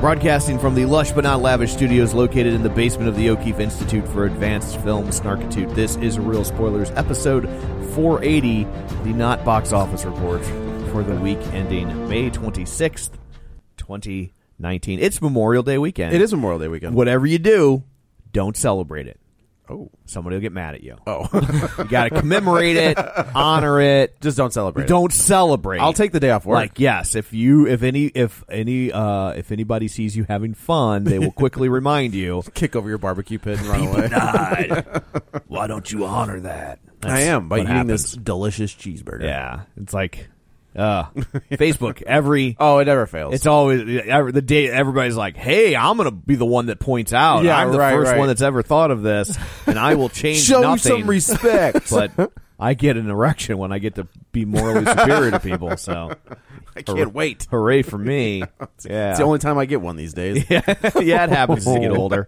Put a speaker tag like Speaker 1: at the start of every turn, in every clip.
Speaker 1: Broadcasting from the lush but not lavish studios located in the basement of the O'Keefe Institute for Advanced Film Snarkitude, this is Real Spoilers, episode 480, the not box office report for the week ending May 26th, 2019. It's Memorial Day weekend.
Speaker 2: It is Memorial Day weekend.
Speaker 1: Whatever you do, don't celebrate it.
Speaker 2: Oh.
Speaker 1: Somebody will get mad at you.
Speaker 2: Oh.
Speaker 1: You got to commemorate it, honor it.
Speaker 2: Just don't celebrate. it.
Speaker 1: Don't celebrate.
Speaker 2: I'll take the day off work.
Speaker 1: Like yes, if you if any if any uh if anybody sees you having fun, they will quickly remind you.
Speaker 2: kick over your barbecue pit and run away.
Speaker 1: Why don't you honor that?
Speaker 2: I am by
Speaker 1: what
Speaker 2: eating this
Speaker 1: happens.
Speaker 2: delicious cheeseburger.
Speaker 1: Yeah, it's like uh Facebook every
Speaker 2: Oh, it never fails.
Speaker 1: it's always ever, the day everybody's like, "Hey, I'm going to be the one that points out.
Speaker 2: Yeah,
Speaker 1: I'm the
Speaker 2: right,
Speaker 1: first
Speaker 2: right.
Speaker 1: one that's ever thought of this, and I will change
Speaker 2: show you
Speaker 1: nothing."
Speaker 2: some respect.
Speaker 1: but I get an erection when I get to be morally superior to people. So
Speaker 2: I can't wait.
Speaker 1: hooray for me! Yeah,
Speaker 2: It's the only time I get one these days.
Speaker 1: yeah, it happens as you get older.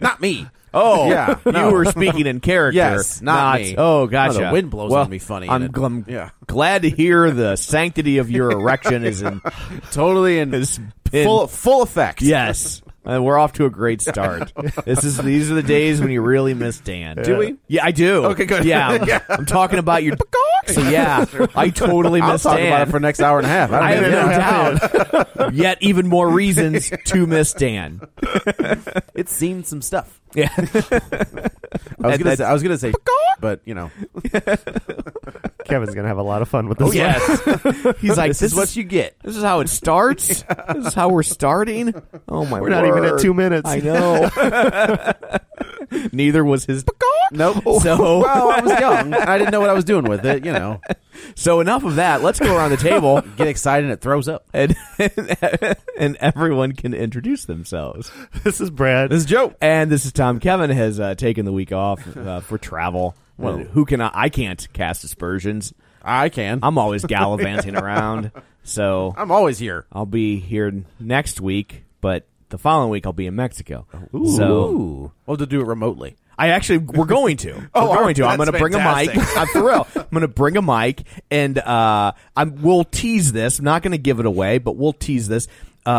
Speaker 2: Not me.
Speaker 1: Oh,
Speaker 2: Yeah, no.
Speaker 1: you were speaking in character.
Speaker 2: Yes, not me.
Speaker 1: Oh, gotcha.
Speaker 2: No, the wind blows
Speaker 1: well,
Speaker 2: on me funny,
Speaker 1: I'm,
Speaker 2: and it-
Speaker 1: glum-
Speaker 2: yeah.
Speaker 1: glad to hear the sanctity of your erection is in
Speaker 2: Totally in
Speaker 1: is in-
Speaker 2: full full effect.
Speaker 1: Yes. And we're off to a great start. this is these are the days when you really miss Dan. Do
Speaker 2: we?
Speaker 1: Yeah, I do. Okay,
Speaker 2: good.
Speaker 1: Yeah, I'm, I'm talking about your. so yeah, I totally
Speaker 2: I'll
Speaker 1: miss
Speaker 2: talk
Speaker 1: Dan.
Speaker 2: about it for next hour and a half.
Speaker 1: I
Speaker 2: I don't
Speaker 1: have
Speaker 2: know.
Speaker 1: no doubt. Yet even more reasons to miss Dan.
Speaker 2: It's seen some stuff.
Speaker 1: Yeah,
Speaker 2: I was
Speaker 1: That-
Speaker 2: gonna
Speaker 1: that's-
Speaker 2: say, I was gonna say, but you know,
Speaker 3: Kevin's gonna have a lot of fun with this.
Speaker 1: Oh,
Speaker 3: one.
Speaker 1: yes. He's like,
Speaker 2: Oh, this is what you get.
Speaker 1: This is how it starts. This is how we're starting. Oh my!
Speaker 3: We're not even at
Speaker 1: word.
Speaker 3: two minutes.
Speaker 1: I know. Neither was his.
Speaker 2: Nope.
Speaker 1: So-
Speaker 2: well, Oh, I was young. I didn't know what I was doing with it. You know,
Speaker 1: So enough of that. Let's go around the table
Speaker 2: get excited and it throws up.
Speaker 1: and and everyone can introduce themselves.
Speaker 3: This is Brad.
Speaker 1: is Joe, and this is Tom. Kevin has uh, taken the week off uh, for travel. Well, who can I? I can't cast aspersions.
Speaker 2: I can.
Speaker 1: I'm always gallivanting around, so
Speaker 2: I'm always here.
Speaker 1: I'll be here next week. But the following week, I'll be in Mexico. So
Speaker 2: Ooh. Well, to do it remotely.
Speaker 1: I actually we're going to.
Speaker 2: Oh,
Speaker 1: we're going to. I'm
Speaker 2: that's
Speaker 1: going to bring a mic.
Speaker 2: fantastic.
Speaker 1: I'm for real. I'm going to bring a mic, and uh, I'm we'll tease this. I'm not going to give it away, but we'll tease this. Uh,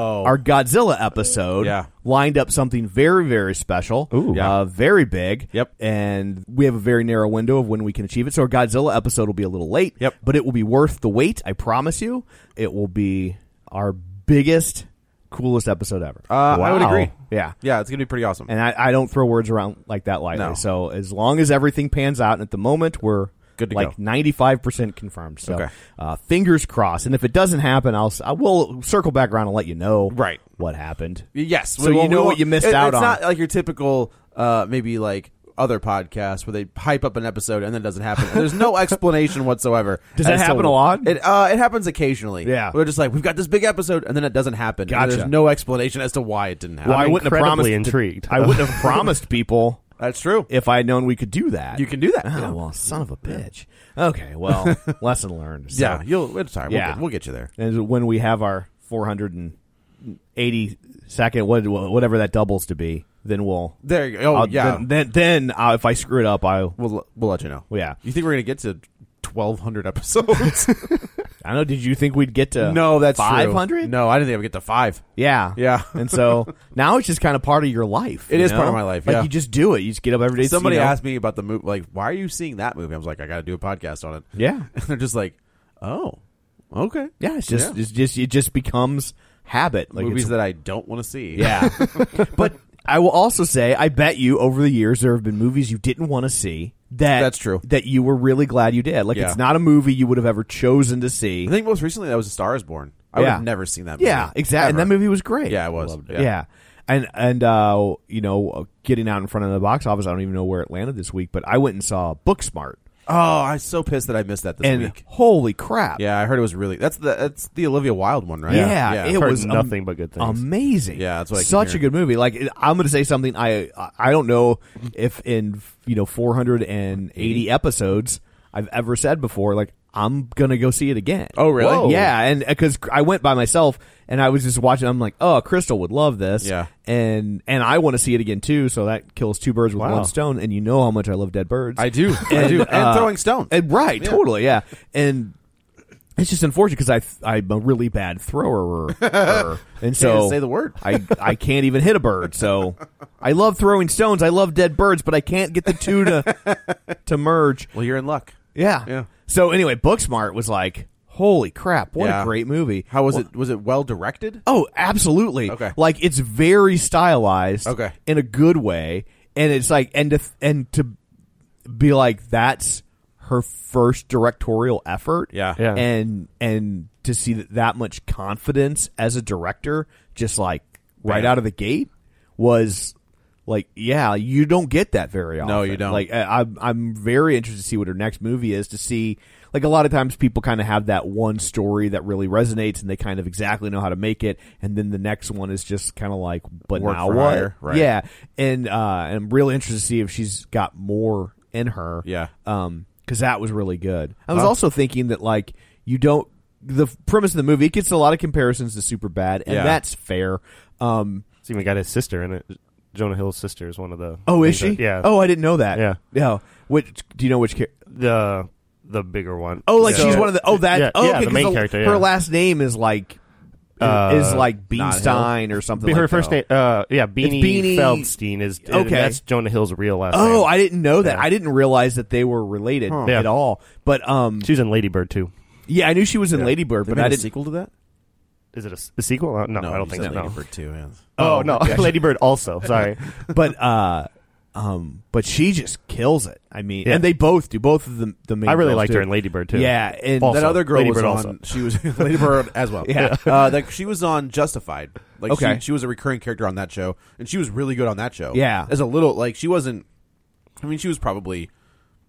Speaker 2: Oh.
Speaker 1: Our Godzilla episode
Speaker 2: Yeah.
Speaker 1: lined up something very, very special. Ooh.
Speaker 2: Yeah.
Speaker 1: Uh, very big.
Speaker 2: Yep.
Speaker 1: And we have a very narrow window of when we can achieve it. So our Godzilla episode will be a little late.
Speaker 2: Yep.
Speaker 1: But it will be worth the wait. I promise you. It will be our biggest, coolest episode ever.
Speaker 2: Uh, I would
Speaker 1: Wow.
Speaker 2: agree.
Speaker 1: Yeah.
Speaker 2: Yeah, it's gonna be pretty awesome.
Speaker 1: And I, I don't throw words around like that lightly.
Speaker 2: No.
Speaker 1: So as long as everything pans out, and at the moment we're
Speaker 2: Good to
Speaker 1: like
Speaker 2: go.
Speaker 1: ninety five percent confirmed. So
Speaker 2: Okay.
Speaker 1: uh, fingers crossed. And if it doesn't happen, I'll s- I will circle back around and let you know
Speaker 2: Right.
Speaker 1: what happened.
Speaker 2: yes,
Speaker 1: So you
Speaker 2: we
Speaker 1: know
Speaker 2: won't-
Speaker 1: what you missed
Speaker 2: it-
Speaker 1: out
Speaker 2: it's
Speaker 1: on.
Speaker 2: not like your typical, uh, maybe like other podcasts where they hype up an episode and then it doesn't happen. There's no explanation whatsoever.
Speaker 1: Does that
Speaker 2: as to-
Speaker 1: happen a lot?
Speaker 2: It uh, it happens occasionally.
Speaker 1: Yeah.
Speaker 2: we're just like we've got this big episode and then it doesn't happen. And
Speaker 1: Gotcha.
Speaker 2: There's no explanation as to why it didn't happen.
Speaker 1: Well, I wouldn't have
Speaker 3: incredibly
Speaker 1: promised.
Speaker 3: intrigued.
Speaker 1: I wouldn't have promised people
Speaker 2: That's true.
Speaker 1: if I had known we could do that.
Speaker 2: You can do that.
Speaker 1: Oh,
Speaker 2: Yeah.
Speaker 1: well, son of a bitch. Okay, well, lesson learned. So.
Speaker 2: yeah, you'll. It's all right.
Speaker 1: Yeah.
Speaker 2: We'll, get, we'll get you there.
Speaker 1: and when we have our 480 second what whatever that doubles to be then we'll
Speaker 2: There you go. Oh,
Speaker 1: I'll-
Speaker 2: yeah.
Speaker 1: then then, then, uh, if i screw it up i
Speaker 2: We'll we'll let you know.
Speaker 1: Yeah.
Speaker 2: You think we're gonna get to 1,200 episodes?
Speaker 1: i don't know did you think we'd get to
Speaker 2: no, that's true.
Speaker 1: 500
Speaker 2: No, I didn't think I would get to five.
Speaker 1: yeah
Speaker 2: Yeah.
Speaker 1: and so now it's just kind of part of your life
Speaker 2: It
Speaker 1: It is
Speaker 2: is part of my life,
Speaker 1: like
Speaker 2: yeah.
Speaker 1: you just do it you just get up every day
Speaker 2: Somebody
Speaker 1: you know-
Speaker 2: asked me about the movie. Like, why are you seeing that movie? I was like, I got to do a podcast on it.
Speaker 1: Yeah.
Speaker 2: and they're just like, oh, okay,
Speaker 1: yeah it's just
Speaker 2: Yeah.
Speaker 1: it's just it just becomes habit like
Speaker 2: movies
Speaker 1: it's
Speaker 2: that I don't want to see.
Speaker 1: Yeah. but I will also say, I bet you over the years there have been movies you didn't want to see that
Speaker 2: That's true.
Speaker 1: that you were really glad you did. Like
Speaker 2: Yeah.
Speaker 1: it's not a movie you would have ever chosen to see.
Speaker 2: I think most recently that was A Star Is Born. I would
Speaker 1: Yeah.
Speaker 2: have never seen that. movie.
Speaker 1: yeah, exactly. And
Speaker 2: Ever.
Speaker 1: that movie was great.
Speaker 2: Yeah, it was.
Speaker 1: Loved
Speaker 2: Yeah.
Speaker 1: yeah. And and uh, you know, getting out in front of the box office, I don't even know where it landed this week, but I went and saw Booksmart.
Speaker 2: Oh, I'm so pissed that I missed that this
Speaker 1: and
Speaker 2: week.
Speaker 1: holy crap!
Speaker 2: Yeah, I heard it was really. That's the that's the Olivia Wilde one, right?
Speaker 1: Yeah, it
Speaker 3: heard
Speaker 1: was am-
Speaker 3: nothing but good things.
Speaker 1: Amazing.
Speaker 2: Yeah, that's what I keep
Speaker 1: such a
Speaker 2: hearing.
Speaker 1: good movie. Like it- I'm going to say something I I- I don't know if in you know 480
Speaker 2: Mm-hmm.
Speaker 1: episodes I've ever said before. Like I'm going to go see it again.
Speaker 2: Oh, really? Whoa.
Speaker 1: Yeah, and because I went by myself and I was just watching. I'm like, oh, Crystal would love this.
Speaker 2: Yeah.
Speaker 1: and and I want to see it again too. So that kills two birds with
Speaker 3: Wow.
Speaker 1: one stone. And you know how much I love dead birds.
Speaker 2: I do, I do, and
Speaker 1: uh,
Speaker 2: throwing stones.
Speaker 1: And right,
Speaker 2: Yeah.
Speaker 1: totally, yeah. And it's just unfortunate because I th- I'm a really bad thrower, and so
Speaker 2: say the word.
Speaker 1: I I can't even hit a bird. So I love throwing stones. I love dead birds, but I can't get the two to to merge.
Speaker 2: well, you're in luck.
Speaker 1: Yeah.
Speaker 2: Yeah.
Speaker 1: So anyway, Booksmart was like, holy crap, what
Speaker 2: Yeah.
Speaker 1: a great movie.
Speaker 2: How was
Speaker 1: Well-
Speaker 2: it? Was it well directed?
Speaker 1: Oh, absolutely.
Speaker 2: Okay.
Speaker 1: Like it's very stylized.
Speaker 2: Okay.
Speaker 1: In a good way, and it's like and to and to be like that's her first directorial effort.
Speaker 2: Yeah.
Speaker 3: Yeah.
Speaker 1: And and to see that, that much confidence as a director, just like right
Speaker 2: Bam.
Speaker 1: out of the gate, was like yeah, you don't get that very often.
Speaker 2: No, you don't.
Speaker 1: Like I, I'm I'm very interested to see what her next movie is to see. Like a lot of times, people kind of have that one story that really resonates, and they kind of exactly know how to make it, and then the next one is just kind of like, but
Speaker 2: Work
Speaker 1: now
Speaker 2: for
Speaker 1: what?
Speaker 2: hire, right.
Speaker 1: Yeah, and uh, and I'm really interested to see if she's got more in her.
Speaker 2: Yeah.
Speaker 1: um, because that was really good. I was also thinking that like you don't the premise of the movie it gets a lot of comparisons to Super Bad, and
Speaker 2: Yeah.
Speaker 1: that's fair. Um,
Speaker 3: It's even got his sister in it. Jonah Hill's sister is one of the.
Speaker 1: oh, is she?
Speaker 3: things that- yeah.
Speaker 1: Oh, I didn't know that.
Speaker 3: Yeah.
Speaker 1: Yeah. Which do you know which? Char-
Speaker 3: the the bigger one.
Speaker 1: Oh, like
Speaker 3: So-
Speaker 1: she's one of the. Oh, that.
Speaker 3: Yeah,
Speaker 1: oh,
Speaker 3: yeah,
Speaker 1: okay,
Speaker 3: the main
Speaker 1: 'cause
Speaker 3: character. Yeah.
Speaker 1: Her last name is like
Speaker 3: Uh,
Speaker 1: is like
Speaker 2: not Hill.
Speaker 1: Beanstein or something.
Speaker 3: Be- her
Speaker 1: like
Speaker 3: first
Speaker 1: that.
Speaker 3: name, uh, yeah, Beanie,
Speaker 1: Beanie-
Speaker 3: Feldstein is
Speaker 1: Okay.
Speaker 3: okay. That's Jonah Hill's real last name.
Speaker 1: Oh, I didn't know that.
Speaker 3: Yeah.
Speaker 1: I didn't realize that they were related
Speaker 3: Yeah.
Speaker 1: at all. But um,
Speaker 3: she's in Lady Bird too.
Speaker 1: yeah, I knew she was in Lady Bird, but
Speaker 2: made
Speaker 1: I
Speaker 2: a
Speaker 1: didn't.
Speaker 2: sequel to that?
Speaker 3: Is it a, s- a sequel? Uh, No, I don't
Speaker 2: you
Speaker 3: think so.
Speaker 2: said
Speaker 3: No.
Speaker 2: Lady Bird too. Yeah.
Speaker 3: Oh, no, Lady Bird also. Sorry,
Speaker 1: But uh, um, but she just kills it. I mean,
Speaker 3: Yeah.
Speaker 1: and they both do. Both of them. The main.
Speaker 3: I really
Speaker 1: girls
Speaker 3: liked
Speaker 1: do.
Speaker 3: her in Lady Bird too.
Speaker 1: Yeah, and
Speaker 3: Also,
Speaker 2: that other girl
Speaker 3: Lady
Speaker 2: was
Speaker 3: Bird
Speaker 2: on.
Speaker 3: also.
Speaker 2: She was Lady Bird as well.
Speaker 1: Yeah.
Speaker 2: uh, like she was on Justified. Like
Speaker 1: Okay.
Speaker 2: she, she was a recurring character on that show, and she was really good on that show.
Speaker 1: Yeah.
Speaker 2: as a little like she wasn't. I mean, she was probably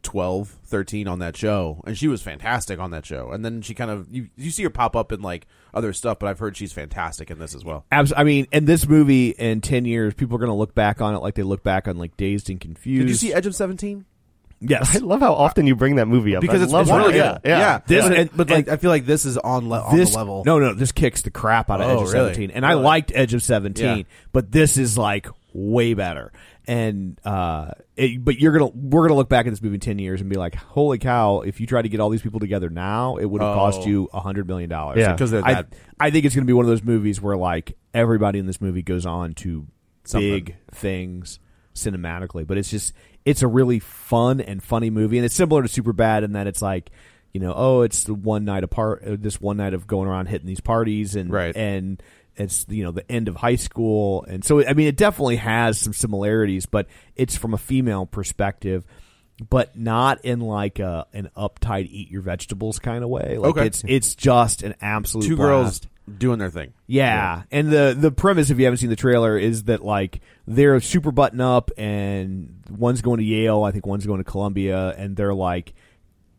Speaker 2: 12, 13 on that show, and she was fantastic on that show. And then she kind of you you see her pop up in like other stuff, but I've heard she's fantastic in this as well.
Speaker 1: Abs- I mean, and this movie in ten years, people are going to look back on it like they look back on like Dazed and Confused.
Speaker 2: Did you see Edge of Seventeen?
Speaker 1: Yes,
Speaker 3: I love how often you bring that movie up
Speaker 2: Because
Speaker 3: I
Speaker 2: it's,
Speaker 3: love
Speaker 2: it's
Speaker 3: that.
Speaker 2: really
Speaker 3: Yeah,
Speaker 2: good.
Speaker 3: yeah.
Speaker 1: This-
Speaker 2: But,
Speaker 1: and-
Speaker 2: but like I feel like this is on le- on
Speaker 1: this
Speaker 2: the level.
Speaker 1: no no this kicks the crap out of
Speaker 2: Oh,
Speaker 1: edge of
Speaker 2: really?
Speaker 1: 17 and i
Speaker 2: Really?
Speaker 1: liked edge of 17
Speaker 2: Yeah.
Speaker 1: but this is like way better and uh it, but you're gonna we're gonna look back at this movie in 10 years and be like holy cow if you tried to get all these people together now it would have cost
Speaker 2: Oh.
Speaker 1: you a hundred million dollars
Speaker 3: Yeah.
Speaker 2: Because they're
Speaker 1: I,
Speaker 2: that-
Speaker 1: I think it's gonna be one of those movies where like everybody in this movie goes on to
Speaker 2: Something.
Speaker 1: big things cinematically but it's just it's a really fun and funny movie and it's similar to super bad in that it's like you know oh it's the one night apart uh, this one night of going around hitting these parties and
Speaker 2: Right.
Speaker 1: and it's you know the end of high school and so i mean it definitely has some similarities but it's from a female perspective but not in like a an uptight eat your vegetables kind of way like
Speaker 2: Okay.
Speaker 1: it's it's just an absolute
Speaker 2: two
Speaker 1: blast.
Speaker 2: girls doing their thing.
Speaker 1: Yeah. And the the premise, if you haven't seen the trailer, is that like they're super button up, and one's going to Yale, I think one's going to Columbia, and they're like,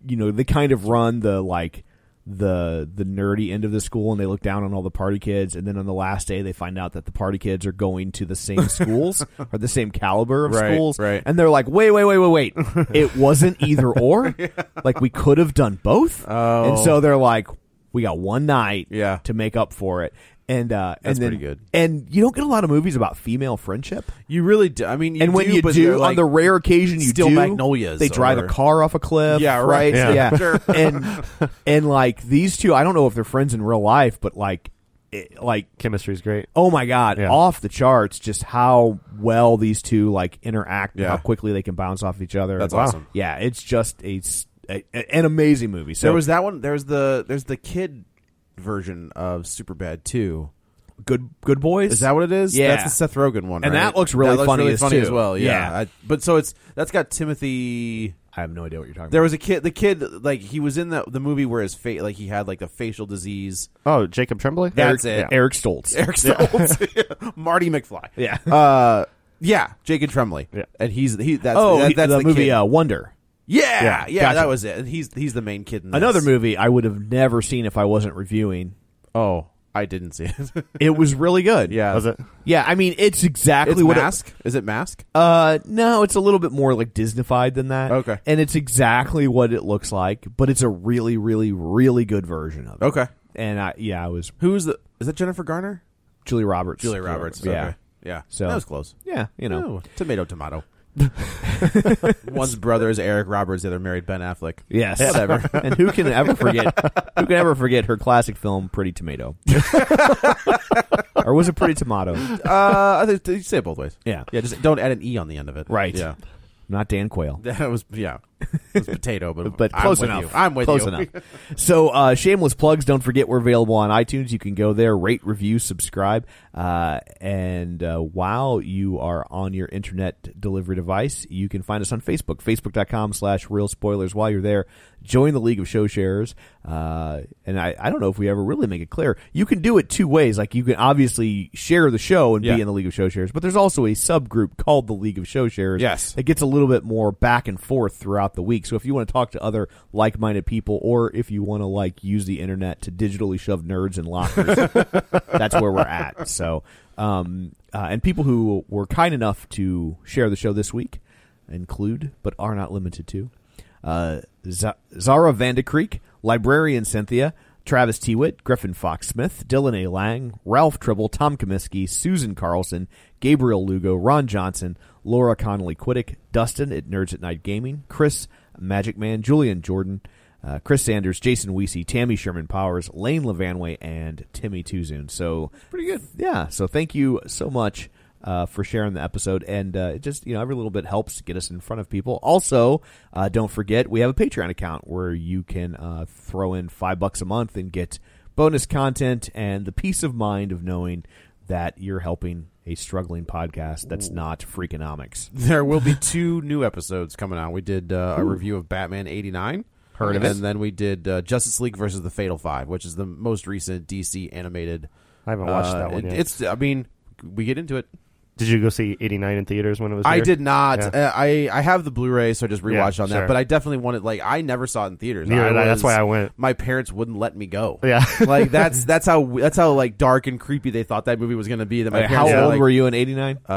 Speaker 1: you know, they kind of run the like the the nerdy end of the school, and they look down on all the party kids, and then on the last day they find out that the party kids are going to the same schools or the same caliber of
Speaker 2: Right,
Speaker 1: schools,
Speaker 2: right.
Speaker 1: And they're like, wait, wait, wait, wait, wait, it wasn't either or, like we could have done both, oh. and so they're like. We got one night
Speaker 2: Yeah.
Speaker 1: to make up for it. And uh,
Speaker 2: That's
Speaker 1: and then,
Speaker 2: pretty good.
Speaker 1: And you don't get a lot of movies about female friendship.
Speaker 2: You really do. I mean, you
Speaker 1: and when
Speaker 2: do,
Speaker 1: you
Speaker 2: but
Speaker 1: do,
Speaker 2: they're,
Speaker 1: on
Speaker 2: like,
Speaker 1: the rare occasion you
Speaker 2: Steel
Speaker 1: do,
Speaker 2: Magnolias
Speaker 1: they drive a
Speaker 2: or-
Speaker 1: car off a cliff.
Speaker 2: Yeah, right.
Speaker 1: Yeah,
Speaker 3: Yeah.
Speaker 2: Sure.
Speaker 1: and and like these two, I don't know if they're friends in real life, but like, it, like
Speaker 3: chemistry's great.
Speaker 1: oh my god,
Speaker 3: Yeah.
Speaker 1: off the charts, just how well these two like interact, and
Speaker 2: Yeah.
Speaker 1: how quickly they can bounce off each other.
Speaker 2: That's awesome.
Speaker 1: Yeah, it's just a, s- a- a- an amazing movie. So
Speaker 2: There was that one. There's the there's the kid version of Superbad too.
Speaker 1: good good boys.
Speaker 2: Is that what it is?
Speaker 1: Yeah.
Speaker 2: that's the Seth Rogan one,
Speaker 1: And
Speaker 2: right?
Speaker 1: that looks really
Speaker 2: that looks
Speaker 1: funny
Speaker 2: really
Speaker 1: as
Speaker 2: funny
Speaker 1: too.
Speaker 2: as well. Yeah,
Speaker 1: Yeah.
Speaker 2: I- but so it's that's got Timothy.
Speaker 1: I have no idea what you're talking
Speaker 2: There
Speaker 1: about.
Speaker 2: was a kid. The kid like he was in the the movie where his face like he had like the facial disease.
Speaker 3: Oh, Jacob Tremblay.
Speaker 2: That's
Speaker 3: Eric-
Speaker 2: it.
Speaker 3: yeah.
Speaker 1: Eric Stoltz.
Speaker 2: Eric Stoltz, Oh, Marty McFly.
Speaker 1: Oh, Yeah.
Speaker 2: uh, yeah, Jacob Tremblay.
Speaker 3: Yeah.
Speaker 2: and he's he. That's
Speaker 1: oh,
Speaker 2: that-
Speaker 1: he-
Speaker 2: that's
Speaker 1: the, movie
Speaker 2: kid.
Speaker 1: Uh, Wonder.
Speaker 2: Yeah, yeah,
Speaker 3: Yeah,
Speaker 2: that
Speaker 3: gotcha.
Speaker 2: was it. And he's he's the main kid. in this.
Speaker 1: Another movie I would have never seen if I wasn't reviewing.
Speaker 2: Oh, I didn't see it.
Speaker 1: It was really good.
Speaker 2: yeah,
Speaker 3: Was it?
Speaker 1: Yeah, I mean it's exactly
Speaker 2: It's
Speaker 1: what it-
Speaker 2: mask. Is it mask?
Speaker 1: Uh, no, it's a little bit more like Disneyfied than that.
Speaker 2: Okay.
Speaker 1: and it's exactly what it looks like, but it's a really, really, really good version of it.
Speaker 2: Okay.
Speaker 1: and I yeah, I was
Speaker 2: Who's the? Is that Jennifer Garner?
Speaker 1: Julie Roberts.
Speaker 2: Julia Roberts.
Speaker 1: Yeah,
Speaker 2: Okay. Oh. Yeah.
Speaker 1: So- Oh.
Speaker 2: that was close.
Speaker 1: yeah, you know,
Speaker 2: No. Tomato, tomato. One's brother is Eric Roberts. The other married Ben Affleck.
Speaker 1: yes, whatever. and who can ever forget? Who can ever forget her classic film, Pretty Tomato? or was it Pretty Tomato?
Speaker 2: Uh, I think you say it both ways.
Speaker 1: Yeah.
Speaker 2: Yeah. Just don't add an e on the end of it.
Speaker 1: Right.
Speaker 2: Yeah.
Speaker 1: Not Dan Quayle.
Speaker 2: That was yeah. It was potato, but
Speaker 1: but
Speaker 2: I'm
Speaker 1: close
Speaker 2: with
Speaker 1: enough.
Speaker 2: you. I'm with
Speaker 1: close
Speaker 2: you.
Speaker 1: enough. So, uh, shameless plugs. Don't forget we're available on iTunes. You can go there, rate, review, subscribe, uh, and uh, while you are on your internet delivery device, you can find us on Facebook, Facebook.com/slash Real Spoilers. While you're there, join the League of Show Sharers. Uh, and I, I don't know if we ever really make it clear. You can do it two ways. Like you can obviously share the show and
Speaker 2: Yeah.
Speaker 1: be in the League of Show Sharers, but there's also a subgroup called the League of Show Sharers.
Speaker 2: Yes.
Speaker 1: It gets a little bit more back and forth throughout the week. So if you want to talk to other like-minded people, or if you want to like use the internet to digitally shove nerds in lockers, that's where we're at. So, um, uh, and people who were kind enough to share the show this week include, but are not limited to, uh, Z- Zara Vandekreek, librarian Cynthia. Travis Tewitt, Griffin Fox Smith, Dylan A. Lang, Ralph Tribble, Tom Comiskey, Susan Carlson, Gabriel Lugo, Ron Johnson, Laura Connolly Quiddick, Dustin at Nerds at Night Gaming, Chris Magic Man, Julian Jordan, uh, Chris Sanders, Jason Weesey, Tammy Sherman Powers, Lane Levanway, and Timmy Tuzoon. So pretty good, yeah. So thank you so much uh, for sharing the episode, and uh, it just you know every little bit helps to get us in front of people. Also, uh, don't forget we have a Patreon account where you can uh, throw in five bucks a month and get bonus content and the peace of mind of knowing that you're helping a struggling podcast that's not Freakonomics.
Speaker 2: There will be two new episodes coming out. We did uh, a review of Batman '89. Heard
Speaker 1: of
Speaker 2: and
Speaker 1: it.
Speaker 2: then we did uh, Justice League versus the Fatal Five, which is the most recent DC animated.
Speaker 3: I haven't watched that one
Speaker 2: it-
Speaker 3: yet.
Speaker 2: It's. I mean, we get into it.
Speaker 3: Did you go see 89 in theaters when it was?
Speaker 2: I
Speaker 3: there?
Speaker 2: did not.
Speaker 3: Yeah.
Speaker 2: Uh, I I have the Blu-ray, so I just rewatched
Speaker 3: Yeah,
Speaker 2: on that.
Speaker 3: sure.
Speaker 2: But I definitely wanted. Like, I never saw it in theaters.
Speaker 3: Neither
Speaker 2: I
Speaker 3: did I. That's
Speaker 2: was-
Speaker 3: why I went.
Speaker 2: My parents wouldn't let me go.
Speaker 3: Yeah.
Speaker 2: like that's that's how that's how like dark and creepy they thought that movie was going to be. That my
Speaker 1: How
Speaker 2: parents
Speaker 3: Yeah.
Speaker 1: old
Speaker 2: like,
Speaker 1: were you in '89?
Speaker 2: Uh,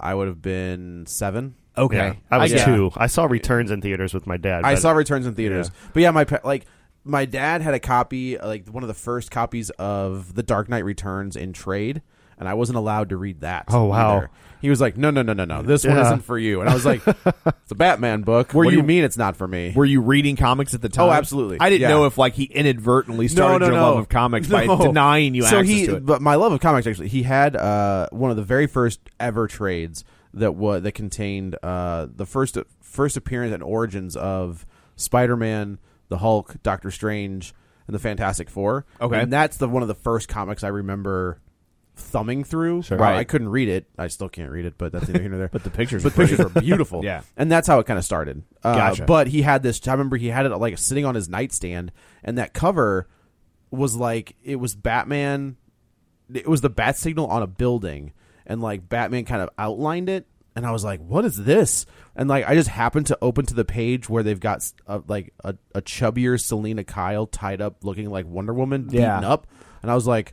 Speaker 2: I would have been seven.
Speaker 1: Okay,
Speaker 3: Yeah. I was
Speaker 2: I- yeah.
Speaker 3: two. I saw Returns in theaters with my dad.
Speaker 2: I
Speaker 3: but-
Speaker 2: saw returns in theaters, but yeah, my pa- like my dad had a copy, uh, like one of the first copies of The Dark Knight Returns in trade, and I wasn't allowed to read that.
Speaker 3: Oh, wow.
Speaker 2: either. He was like, "No, no, no, no, no, this one
Speaker 3: Yeah.
Speaker 2: isn't for you," and I was like, "It's a Batman book. what do you
Speaker 1: you-
Speaker 2: mean it's not for me?"
Speaker 1: Were you reading comics at the time?
Speaker 2: Oh, absolutely.
Speaker 1: I didn't
Speaker 2: Yeah.
Speaker 1: know if like he inadvertently started your love of comics by
Speaker 2: No.
Speaker 1: denying you
Speaker 2: so
Speaker 1: access
Speaker 2: he,
Speaker 1: to it.
Speaker 2: But my love of comics actually, he had uh, one of the very first ever trades that was that contained uh, the first first appearance and origins of Spider Man, the Hulk, Doctor Strange, and the Fantastic Four.
Speaker 1: Okay.
Speaker 2: and that's the one of the first comics I remember thumbing through.
Speaker 3: Sure.
Speaker 2: Right, I
Speaker 1: Right.
Speaker 2: couldn't read it. I still can't read it, but that's neither here nor there.
Speaker 1: But the pictures
Speaker 2: but
Speaker 1: were
Speaker 2: pictures were beautiful.
Speaker 1: Yeah.
Speaker 2: and that's how it kind of started. Uh,
Speaker 1: Gotcha.
Speaker 2: But he had this. I remember he had it like sitting on his nightstand, and that cover was like it was Batman. It was the bat signal on a building, and like Batman kind of outlined it. And I was like, "What is this?" And like, I just happened to open to the page where they've got uh like a, a chubbier Selena Kyle tied up, looking like Wonder Woman, beaten
Speaker 1: Yeah.
Speaker 2: up. And I was like,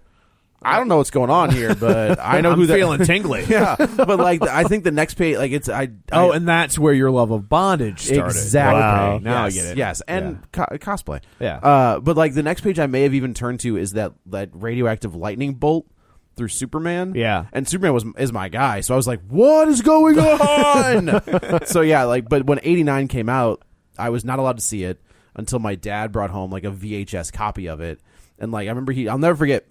Speaker 2: "I don't know what's going on here, but I know
Speaker 1: I'm
Speaker 2: who that."
Speaker 1: feeling tingly.
Speaker 2: yeah, but like, I think the next page, like, it's I.
Speaker 1: Oh,
Speaker 2: I-
Speaker 1: and that's where your love of bondage started.
Speaker 2: Exactly.
Speaker 1: Wow. Now
Speaker 2: yes,
Speaker 1: I get it.
Speaker 2: Yes, and co- cosplay.
Speaker 1: Yeah.
Speaker 2: Uh, but like the next page, I may have even turned to is that that radioactive lightning bolt through Superman.
Speaker 1: Yeah.
Speaker 2: and Superman was is my guy, so I was like, what is going on? so yeah, like, but when eighty nine came out, I was not allowed to see it until my dad brought home like a VHS copy of it, and like I remember he, I'll never forget.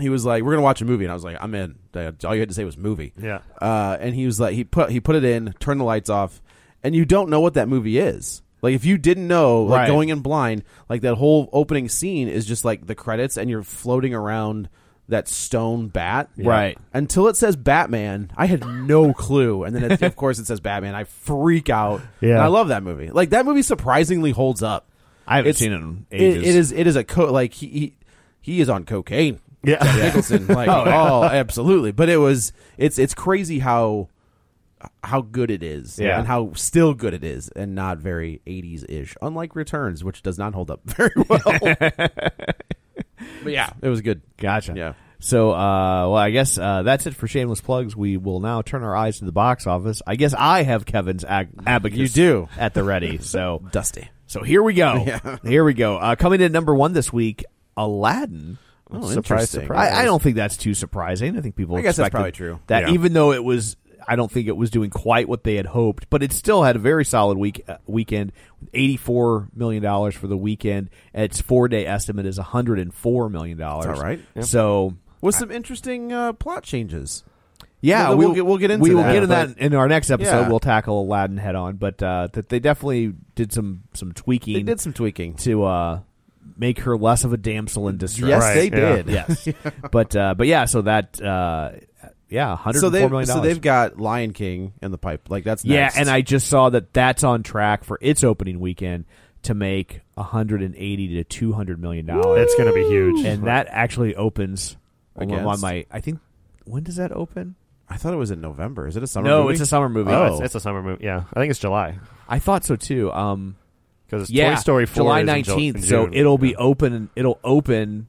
Speaker 2: He was like, "We're gonna watch a movie," and I was like, "I'm in." Dad, All you had to say was "movie."
Speaker 3: Yeah.
Speaker 2: uh, and he was like, he put he put it in, turned the lights off, and you don't know what that movie is. Like if you didn't know, like
Speaker 1: Right.
Speaker 2: going in blind, like that whole opening scene is just like the credits, and you're floating around that stone bat,
Speaker 1: Right.
Speaker 2: Until it says Batman, I had no clue, and then it, of course it says Batman. I freak out.
Speaker 3: Yeah.
Speaker 2: and I love that movie. Like that movie surprisingly holds up.
Speaker 1: I haven't
Speaker 2: It's-
Speaker 1: seen it in
Speaker 2: It-
Speaker 1: ages.
Speaker 2: it is it is a co- like he, he he is on cocaine.
Speaker 3: Yeah.
Speaker 2: oh, Jack Nicholson. Like, oh, absolutely. But it was it's it's crazy how how good it is
Speaker 3: Yeah.
Speaker 2: and how still good it is and not very 80s ish unlike returns which does not hold up very well but yeah it was good
Speaker 1: Gotcha.
Speaker 2: Yeah.
Speaker 1: So, uh, well, I guess uh, that's it for shameless plugs. We will now turn our eyes to the box office. I guess I have Kevin's ag- abacus.
Speaker 2: You do.
Speaker 1: at the ready. So
Speaker 2: dusty
Speaker 1: So here we go. Here we go. Uh, coming in at number one this week, Aladdin.
Speaker 2: Oh,
Speaker 3: surprise,
Speaker 2: interesting.
Speaker 3: surprise.
Speaker 1: I, I don't think that's too surprising. I think people.
Speaker 2: I guess that's
Speaker 1: expected
Speaker 2: probably true.
Speaker 1: That
Speaker 3: Yeah.
Speaker 1: even though it was, I don't think it was doing quite what they had hoped, but it still had a very solid week uh, weekend. Eighty four million dollars for the weekend. And its four day estimate is hundred and four million dollars.
Speaker 2: That's all right.
Speaker 1: So
Speaker 2: with some interesting uh, plot changes
Speaker 1: yeah,
Speaker 2: We'll- we'll get- we'll get into
Speaker 1: we will
Speaker 2: that,
Speaker 1: get into
Speaker 2: but-
Speaker 1: that in our next episode.
Speaker 2: Yeah.
Speaker 1: We'll tackle Aladdin head on, but uh, that they definitely did some some tweaking.
Speaker 2: they did some tweaking
Speaker 1: to uh, make her less of a damsel in distress.
Speaker 2: yes
Speaker 3: Right,
Speaker 2: they
Speaker 3: yeah.
Speaker 2: did
Speaker 1: Yes. but uh, but yeah, so that uh, yeah, hundred
Speaker 2: so
Speaker 1: four million
Speaker 2: they've, so
Speaker 1: dollars.
Speaker 2: they've got lion king in the pipe like that's
Speaker 1: yeah,
Speaker 2: next.
Speaker 1: and I just saw that that's on track for its opening weekend to make 180 to 200 million dollars.
Speaker 3: It's gonna be huge.
Speaker 1: And that actually opens on my-
Speaker 2: Against?
Speaker 1: my I think when does that open?
Speaker 2: I thought it was in november is it a summer
Speaker 1: no,
Speaker 2: movie?
Speaker 1: it's a summer movie.
Speaker 3: Oh,
Speaker 1: I
Speaker 3: it's, it's a summer movie. Yeah, I think it's July
Speaker 1: thought so too. Um
Speaker 3: because
Speaker 1: yeah,
Speaker 3: Toy Story Four
Speaker 1: July
Speaker 3: is in Ju- in
Speaker 1: 19th. so
Speaker 3: June.
Speaker 1: it'll be
Speaker 3: Yeah.
Speaker 1: open it'll open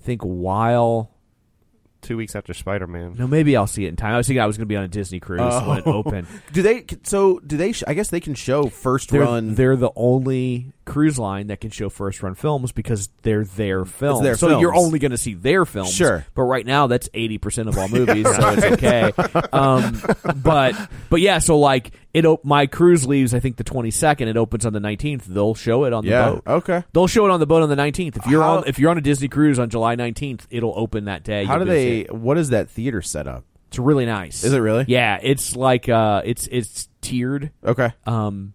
Speaker 1: I think while
Speaker 3: two weeks after Spider Man.
Speaker 1: No, maybe I'll see it in time. I was thinking I was going to be on a Disney cruise when it opened.
Speaker 2: Oh. do they so do they sh- i guess they can show 1st
Speaker 1: They're,
Speaker 2: run
Speaker 1: they're the only cruise line that can show first run films because they're their films.
Speaker 2: their
Speaker 1: so you're
Speaker 2: films.
Speaker 1: only going to see their films.
Speaker 2: Sure.
Speaker 1: But right now, that's 80% of all movies, so it's okay. Um, but, but yeah, so like, it op- my cruise leaves, I think, the 22nd. It opens on the 19th. They'll show it on
Speaker 2: Yeah,
Speaker 1: the boat.
Speaker 2: okay.
Speaker 1: They'll show it on the boat on the 19th. If you're,
Speaker 2: How-
Speaker 1: on, if you're on a Disney cruise on July 19th, it'll open that day.
Speaker 2: how do
Speaker 1: You'll be able to see
Speaker 2: they
Speaker 1: it.
Speaker 2: what is that theater set up
Speaker 1: It's really nice.
Speaker 2: Is it really?
Speaker 1: Yeah, it's like uh, it's it's tiered,
Speaker 2: okay
Speaker 1: um,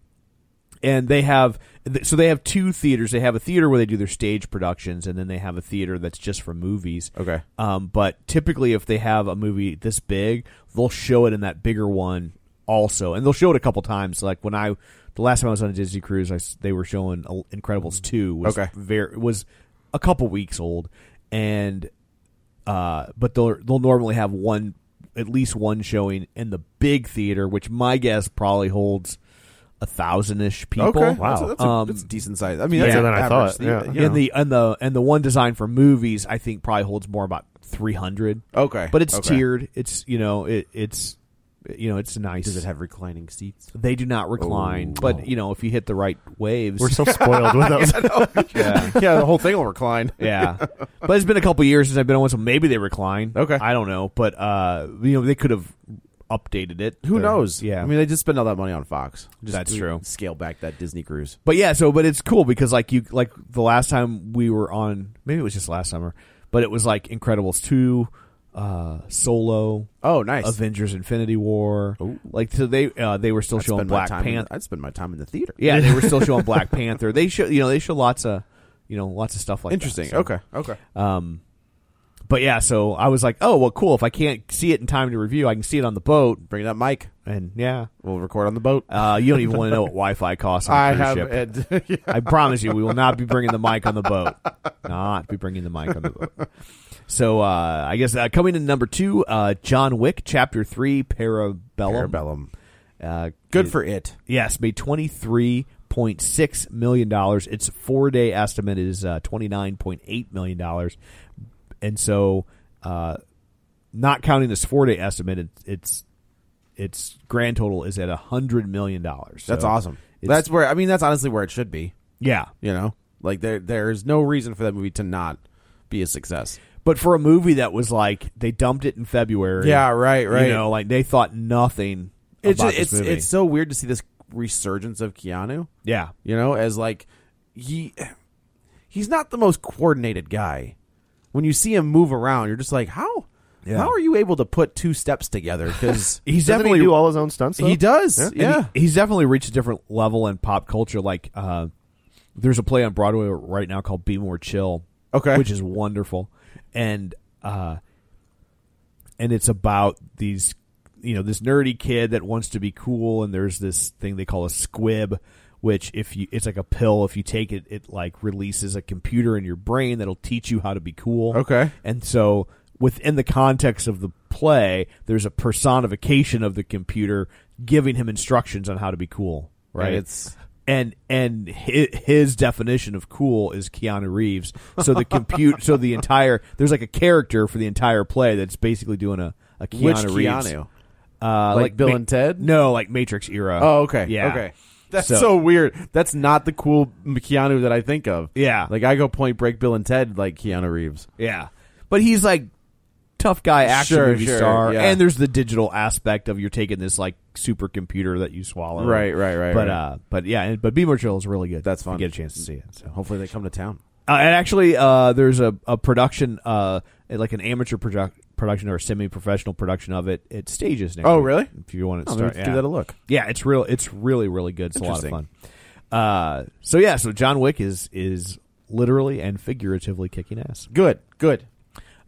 Speaker 1: and they have th- so they have two theaters. They have a theater where they do their stage productions, and then they have a theater that's just for movies.
Speaker 2: Okay.
Speaker 1: Um, but typically, if they have a movie this big, they'll show it in that bigger one also, and they'll show it a couple times. Like when I the last time I was on a Disney cruise, I s they were showing El- Incredibles two. Was
Speaker 2: Okay.
Speaker 1: Very was a couple weeks old, and uh, but they'll they'll normally have one at least one showing in the big theater, which my guess probably holds a thousand ish people.
Speaker 2: okay
Speaker 3: Wow.
Speaker 2: that's a, that's a-
Speaker 1: Um,
Speaker 2: that's a decent size i mean that's
Speaker 3: Yeah.
Speaker 2: an
Speaker 3: than I
Speaker 2: average
Speaker 3: thought,
Speaker 2: theater,
Speaker 3: yeah.
Speaker 2: you
Speaker 1: and
Speaker 2: know.
Speaker 1: the and the and the one designed for movies, I think probably holds more about three hundred.
Speaker 2: Okay,
Speaker 1: but it's
Speaker 2: Oh, okay.
Speaker 1: tiered. It's you know it it's you know it's nice.
Speaker 2: does it have reclining seats
Speaker 1: they do not recline, but you know if you hit the right waves,
Speaker 3: We're so spoiled with those.
Speaker 2: yeah yeah the whole thing will recline
Speaker 1: yeah. But it's been a couple years since I've been on one, so maybe they recline.
Speaker 2: Okay.
Speaker 1: I don't know, but uh, you know they could have updated it.
Speaker 2: who
Speaker 1: Or-
Speaker 2: knows
Speaker 1: Yeah,
Speaker 2: i mean they just spend all that money on fox just
Speaker 1: That's true.
Speaker 2: scale back that disney cruise
Speaker 1: But yeah, so but it's cool because like you like the last time we were on, maybe it was just last summer, but it was like Incredibles two, uh, Solo,
Speaker 2: oh nice
Speaker 1: Avengers Infinity War,
Speaker 2: Ooh.
Speaker 1: like so they uh, they were still
Speaker 2: I'd
Speaker 1: showing
Speaker 2: spend my
Speaker 1: Black
Speaker 2: time in-
Speaker 1: Panther.
Speaker 2: i'd spend my time in the theater
Speaker 1: Yeah, they were still showing Black Panther. They show you know they show lots of you know lots of stuff like that,
Speaker 2: interesting
Speaker 1: so.
Speaker 2: okay okay
Speaker 1: Um, but yeah, so I was like, oh well, cool. If I can't see it in time to review, I can see it on the boat,
Speaker 2: bring that mic
Speaker 1: and yeah.
Speaker 2: we'll record on the boat
Speaker 1: Uh, you don't even want to know what Wi-Fi costs on a cruise ship.
Speaker 2: Ed. Yeah.
Speaker 1: I promise you, we will not be bringing the mic on the boat. Not be bringing the mic on the boat. So uh, I guess uh, coming in number two, uh, John Wick Chapter Three, Parabellum.
Speaker 2: Parabellum.
Speaker 1: Uh,
Speaker 2: Good
Speaker 1: it-
Speaker 2: for it.
Speaker 1: yes, made twenty three point six million dollars. Its four day estimate is uh, twenty nine point eight million dollars, and so uh, not counting this four day estimate, it, it's its grand total is at a hundred million dollars.
Speaker 2: That's
Speaker 1: So
Speaker 2: awesome.
Speaker 1: it's-
Speaker 2: That's where I mean that's honestly where it should be.
Speaker 1: yeah.
Speaker 2: You know? Like there there is no reason for that movie to not be a success.
Speaker 1: But for a movie that was like they dumped it in February.
Speaker 2: Yeah, right, right.
Speaker 1: You know, like they thought nothing
Speaker 2: It's
Speaker 1: about
Speaker 2: just,
Speaker 1: this
Speaker 2: it's
Speaker 1: movie.
Speaker 2: it's so weird to see this resurgence of Keanu,
Speaker 1: yeah,
Speaker 2: you know, as like he he's not the most coordinated guy. When you see him move around, you're just like, "How?
Speaker 1: Yeah.
Speaker 2: How are you able to put two steps together?" Cuz
Speaker 1: he's
Speaker 3: Doesn't
Speaker 1: definitely
Speaker 3: he do all his own stunts? Though?
Speaker 2: he does. Yeah.
Speaker 3: Yeah.
Speaker 1: and he- he's definitely reached a different level in pop culture. Like, uh, there's a play on Broadway right now called "Be More Chill,"
Speaker 2: Okay.
Speaker 1: which is wonderful, and uh, and it's about these, you know, this nerdy kid that wants to be cool, and there's this thing they call a squib, which if you, it's like a pill. If you take it, it like releases a computer in your brain that'll teach you how to be cool.
Speaker 2: Okay.
Speaker 1: and so within the context of the play, there's a personification of the computer giving him instructions on how to be cool. Right.
Speaker 2: And it's-
Speaker 1: and and hi- his definition of cool is Keanu Reeves. So the compute, so the entire there's like a character for the entire play that's basically doing a a Keanu
Speaker 2: Which
Speaker 1: Reeves.
Speaker 2: Keanu?
Speaker 1: Uh,
Speaker 2: Like Bill and Ted?
Speaker 1: No, like Matrix era.
Speaker 2: Oh, okay.
Speaker 1: Yeah.
Speaker 2: Okay. That's
Speaker 1: So-
Speaker 2: so, weird. That's not the cool Keanu that I think of.
Speaker 1: Yeah.
Speaker 2: Like I go Point Break, Bill and Ted, like Keanu Reeves.
Speaker 1: Yeah. But he's like tough guy action
Speaker 2: Sure,
Speaker 1: movie
Speaker 2: sure,
Speaker 1: star.
Speaker 2: yeah.
Speaker 1: And there's the digital aspect of you're taking this like supercomputer that you swallow.
Speaker 2: Right, right, right,
Speaker 1: But
Speaker 2: right.
Speaker 1: uh but yeah, and, but Be More Chill is really good.
Speaker 2: That's
Speaker 1: If you
Speaker 2: fun.
Speaker 1: get a chance to see it. So
Speaker 2: Hopefully they come to town.
Speaker 1: uh, and actually uh there's a, a production uh like an amateur produ- production or semi professional production of it. It stages next
Speaker 2: Oh,
Speaker 1: week,
Speaker 2: really?
Speaker 1: If you want to
Speaker 2: Oh,
Speaker 1: start
Speaker 2: let's give
Speaker 1: yeah.
Speaker 2: that a look.
Speaker 1: Yeah, it's real it's really, really good. It's a lot of fun.
Speaker 2: Interesting.
Speaker 1: Uh so yeah, so John Wick is is literally and figuratively kicking ass.
Speaker 2: Good. Good.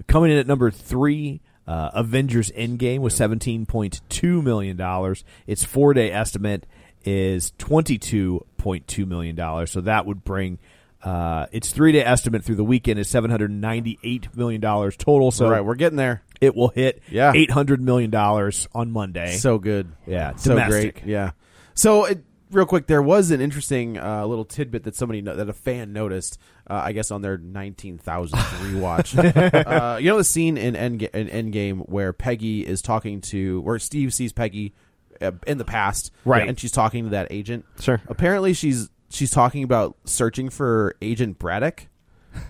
Speaker 1: Coming in at number three, uh, Avengers Endgame with seventeen point two million dollars. Its four day estimate is twenty two point two million dollars. So that would bring uh, its three day estimate through the weekend is seven hundred ninety eight million dollars total. So
Speaker 2: All right, we're getting there.
Speaker 1: it will hit
Speaker 2: Yeah.
Speaker 1: eight hundred million dollars on Monday.
Speaker 2: So good.
Speaker 1: Yeah, it's
Speaker 2: so
Speaker 1: domestic.
Speaker 2: great. Yeah. So it, real quick, there was an interesting uh, little tidbit that somebody no- that a fan noticed. Uh, I guess on their nineteen thousandth rewatch. uh, you know the scene in Endga- in Endgame where Peggy is talking to where Steve sees Peggy uh, in the past,
Speaker 1: Right.
Speaker 2: And she's talking to that agent.
Speaker 3: Sure.
Speaker 2: Apparently, she's she's talking about searching for Agent Braddock.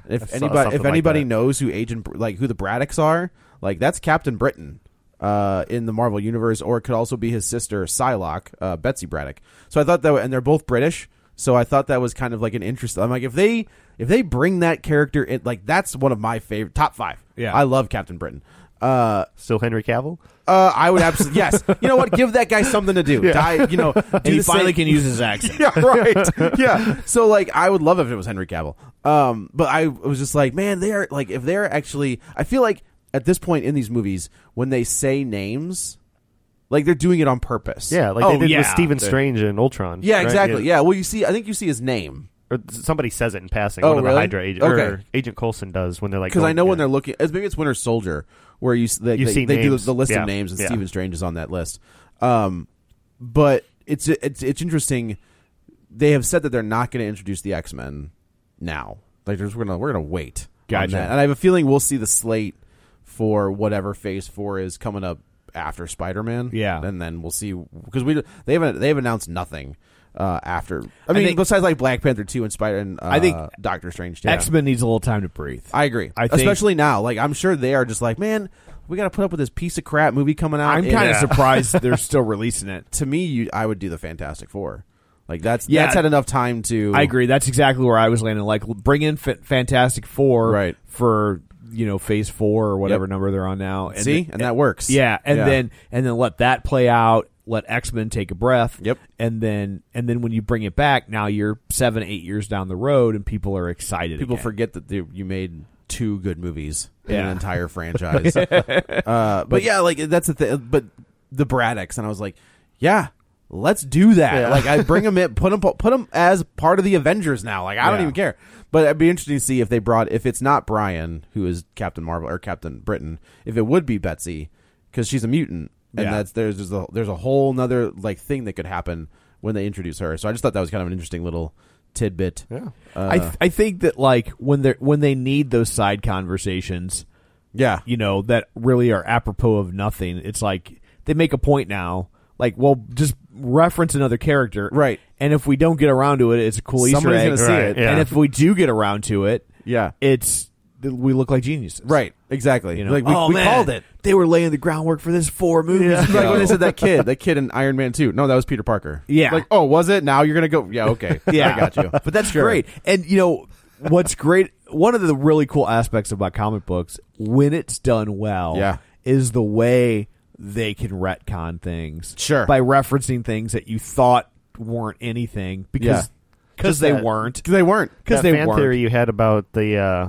Speaker 2: And If
Speaker 3: saw
Speaker 2: anybody,
Speaker 3: something
Speaker 2: if
Speaker 3: like
Speaker 2: anybody
Speaker 3: that.
Speaker 2: knows who Agent Br- like who the Braddocks are, like that's Captain Britain uh, in the Marvel universe, or it could also be his sister Psylocke, uh, Betsy Braddock. So I thought that, and they're both British. So I thought that was kind of like an interest. I'm like, if they if they bring that character in, like that's one of my favorite top five.
Speaker 1: Yeah.
Speaker 2: I love Captain Britain. Uh,
Speaker 3: Still Henry Cavill?
Speaker 2: uh, I would absolutely yes. You know what? Give that guy something to do. Die. You know, do
Speaker 1: and he
Speaker 2: the
Speaker 1: finally
Speaker 2: same-
Speaker 1: can use his accent.
Speaker 2: yeah, right. yeah. So like I would love if it was Henry Cavill. Um but I was just like, man, they are like if they're actually I feel like at this point in these movies when they say names like they're doing it on purpose.
Speaker 3: Yeah, like
Speaker 1: Oh,
Speaker 3: they did with
Speaker 1: yeah.
Speaker 3: Stephen Strange and Ultron.
Speaker 2: Yeah,
Speaker 3: right?
Speaker 2: exactly. Yeah. well you see I think you see his name
Speaker 3: Or somebody says it in passing.
Speaker 2: Oh,
Speaker 3: One of the
Speaker 2: really?
Speaker 3: Hydra agents. Or
Speaker 2: Okay.
Speaker 3: Agent Coulson does when they're like.
Speaker 2: cuz I
Speaker 3: going-
Speaker 2: know when
Speaker 3: yeah.
Speaker 2: they're looking it's, maybe it's Winter Soldier where you s- they,
Speaker 3: You
Speaker 2: they,
Speaker 3: see
Speaker 2: they do
Speaker 3: names.
Speaker 2: the list
Speaker 3: Yeah.
Speaker 2: of names and
Speaker 3: Yeah.
Speaker 2: Stephen Strange is on that list. Um but it's it's it's interesting they have said that they're not going to introduce the X Men now. Like there's we're gonna we're gonna wait. on
Speaker 1: Gotcha.
Speaker 2: that. And I have a feeling we'll see the slate for whatever Phase Four is coming up after Spider Man.
Speaker 1: Yeah.
Speaker 2: and then we'll see because we they haven't they have announced nothing. Uh, after I mean,
Speaker 1: think-
Speaker 2: besides like Black Panther two and Spider and uh,
Speaker 1: I think
Speaker 2: Doctor Strange. Yeah.
Speaker 1: X Men needs a little time to breathe.
Speaker 2: I agree.
Speaker 1: I think-
Speaker 2: especially now, like I'm sure they are just like, man, we got to put up with this piece of crap movie coming out.
Speaker 1: I'm
Speaker 2: in-
Speaker 1: kind of surprised they're still releasing it.
Speaker 2: To me, you, I would do the Fantastic Four. Like that's
Speaker 1: Yeah.
Speaker 2: that's had enough time to.
Speaker 1: I agree. That's exactly where I was landing. Like, l- bring in Fa- Fantastic Four
Speaker 2: Right.
Speaker 1: for you know Phase Four or whatever
Speaker 2: Yep.
Speaker 1: number they're on now. And
Speaker 2: See,
Speaker 1: then-
Speaker 2: and that works.
Speaker 1: yeah, and then and then let that play out. Let X Men take a breath.
Speaker 2: Yep.
Speaker 1: And then and then when you bring it back, now you're seven eight years down the road, and people are excited.
Speaker 2: people
Speaker 1: again.
Speaker 2: forget that they, you made two good movies in
Speaker 1: Yeah.
Speaker 2: an entire franchise. uh, but, yeah, like that's the thing. But the Braddocks, and I was like, yeah, let's do that. Like I bring them in, put them put them as part of the Avengers now. Like I don't
Speaker 1: Yeah.
Speaker 2: even care. But it'd be interesting to see if they brought if it's not Brian who is Captain Marvel or Captain Britain, if it would be Betsy because she's a mutant, and
Speaker 1: Yeah.
Speaker 2: that's there's just a, there's a whole nother like thing that could happen when they introduce her. So I just thought that was kind of an interesting little tidbit. Yeah.
Speaker 1: I th- I think that like when they are when they need those side conversations,
Speaker 2: Yeah.
Speaker 1: you know, that really are apropos of nothing. It's like they make a point now, like, well, just reference another character,
Speaker 2: Right.
Speaker 1: And if we don't get around to it, it's a cool
Speaker 2: Somebody's
Speaker 1: Easter egg,
Speaker 2: gonna see
Speaker 3: Right, it. yeah.
Speaker 1: And if we do get around to it,
Speaker 2: Yeah.
Speaker 1: it's th- we look like geniuses,
Speaker 2: Right, exactly.
Speaker 1: You know,
Speaker 2: Like we,
Speaker 1: "Oh,
Speaker 2: we
Speaker 1: man,
Speaker 2: called it.
Speaker 1: They were laying the groundwork for this four movies.
Speaker 2: Like when they
Speaker 1: ago."
Speaker 2: said that kid, that kid in Iron Man Two. No, that was Peter Parker.
Speaker 1: Yeah.
Speaker 2: Like, oh, was it? Now you're gonna go? Yeah, okay.
Speaker 1: Yeah,
Speaker 2: I got you.
Speaker 1: But that's
Speaker 2: Sure.
Speaker 1: great. And you know what's great? One of the really cool aspects about comic books, when it's done well,
Speaker 2: Yeah.
Speaker 1: is the way they can retcon things.
Speaker 2: Sure.
Speaker 1: by referencing things that you thought weren't anything
Speaker 2: Yeah.
Speaker 1: because because they
Speaker 3: that-
Speaker 1: weren't
Speaker 2: 'Cause they weren't.
Speaker 1: because
Speaker 3: That
Speaker 1: they
Speaker 3: fan
Speaker 1: weren't.
Speaker 3: theory you had about the uh,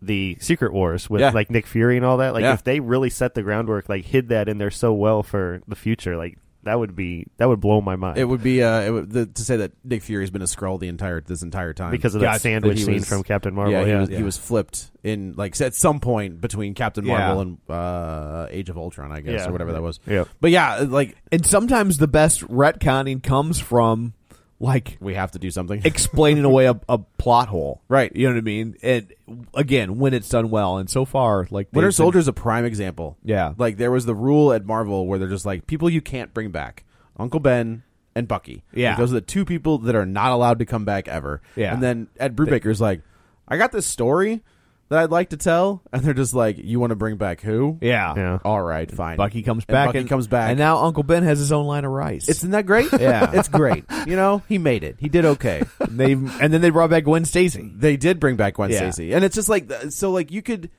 Speaker 3: the Secret Wars with
Speaker 2: Yeah.
Speaker 3: like Nick Fury and all that. Like
Speaker 2: Yeah.
Speaker 3: if they really set the groundwork, like hid that in there so well for the future, like That would be that would blow my mind.
Speaker 2: It would be uh, it would, the, to say that Nick Fury has been a Skrull the entire this entire time
Speaker 3: Because of that
Speaker 2: Gotcha.
Speaker 3: sandwich
Speaker 2: he
Speaker 3: scene from Captain Marvel,
Speaker 2: Yeah, he,
Speaker 3: yeah.
Speaker 2: Was, he
Speaker 3: Yeah.
Speaker 2: was flipped in like at some point between Captain
Speaker 1: Yeah.
Speaker 2: Marvel and uh, Age of Ultron, I guess,
Speaker 3: Yeah.
Speaker 2: or whatever that was.
Speaker 3: Yeah.
Speaker 2: but yeah, like
Speaker 1: And sometimes the best retconning comes from like
Speaker 2: we have to do something.
Speaker 1: explaining away a, a plot hole,
Speaker 2: Right.
Speaker 1: You know what I mean? And again, when it's done well, and so far, like
Speaker 2: Winter
Speaker 1: they've been-
Speaker 2: Soldier's a prime example.
Speaker 1: Yeah.
Speaker 2: Like there was the rule at Marvel where they're just like people you can't bring back. Uncle Ben and Bucky.
Speaker 1: Yeah.
Speaker 2: Like, those are the two people that are not allowed to come back ever.
Speaker 1: Yeah.
Speaker 2: And then Ed Brubaker's like, I got this story that I'd like to tell and they're just like, You want to bring back who?
Speaker 1: yeah,
Speaker 3: Yeah.
Speaker 2: All right, fine.
Speaker 1: Bucky comes
Speaker 2: And
Speaker 1: back,
Speaker 2: Bucky comes back.
Speaker 1: and now Uncle Ben has his own line of rice.
Speaker 2: isn't that great? yeah. It's great. You know, he made it. He did okay.
Speaker 1: and they and then they brought back Gwen Stacy.
Speaker 2: They did bring back Gwen
Speaker 1: Yeah.
Speaker 2: Stacy, and it's just like so. Like you could,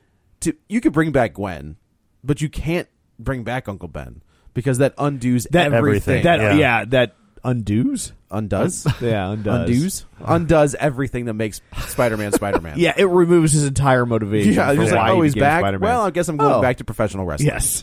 Speaker 2: to you could bring back Gwen, but you can't bring back Uncle Ben because that undoes everything.
Speaker 3: Everything.
Speaker 1: That yeah,
Speaker 3: Yeah.
Speaker 1: that undoes.
Speaker 2: undoes,
Speaker 1: Yeah, undoes.
Speaker 2: undoes, undoes everything that makes Spider-Man Spider-Man.
Speaker 1: Yeah, it removes his entire motivation.
Speaker 2: yeah.
Speaker 1: for
Speaker 2: You're just
Speaker 1: why
Speaker 2: like,
Speaker 1: he
Speaker 2: oh, he's
Speaker 1: became
Speaker 2: back.
Speaker 1: Spider-Man.
Speaker 2: Well, I guess I'm going
Speaker 1: Oh.
Speaker 2: back to professional wrestling.
Speaker 1: yes,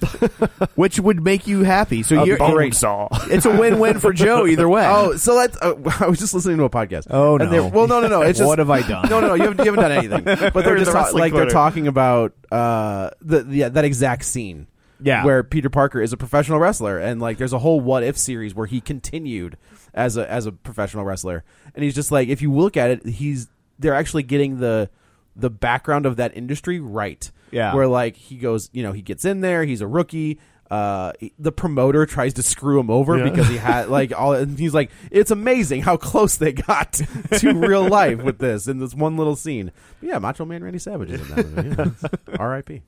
Speaker 1: which would make you happy. So
Speaker 2: A
Speaker 1: you're
Speaker 2: bone
Speaker 1: great.
Speaker 3: saw.
Speaker 1: It's a win-win for Joe either way.
Speaker 2: Oh, so that's. Uh, I was just listening to a podcast.
Speaker 1: Oh, no.
Speaker 2: And they're- Well, no, no, no. It's just,
Speaker 1: What have I done?
Speaker 2: No, no, no. You haven't, you haven't done anything. But they're
Speaker 3: We're
Speaker 2: just
Speaker 3: the
Speaker 2: ta-
Speaker 3: wrestling
Speaker 2: like they're
Speaker 3: corner.
Speaker 2: talking about uh the, the that exact scene.
Speaker 1: Yeah.
Speaker 2: where Peter Parker is a professional wrestler, and like there's a whole what if series where he continued as a as a professional wrestler, and he's just like if you look at it, he's they're actually getting the the background of that industry right.
Speaker 1: Yeah.
Speaker 2: where like he goes, you know, he gets in there, he's a rookie. Uh, the promoter tries to screw him over
Speaker 3: Yeah.
Speaker 2: because he had like all, and he's like, it's amazing how close they got to real life with this in this one little scene. But yeah, Macho Man Randy Savage is in that movie. Yeah. R.I.P.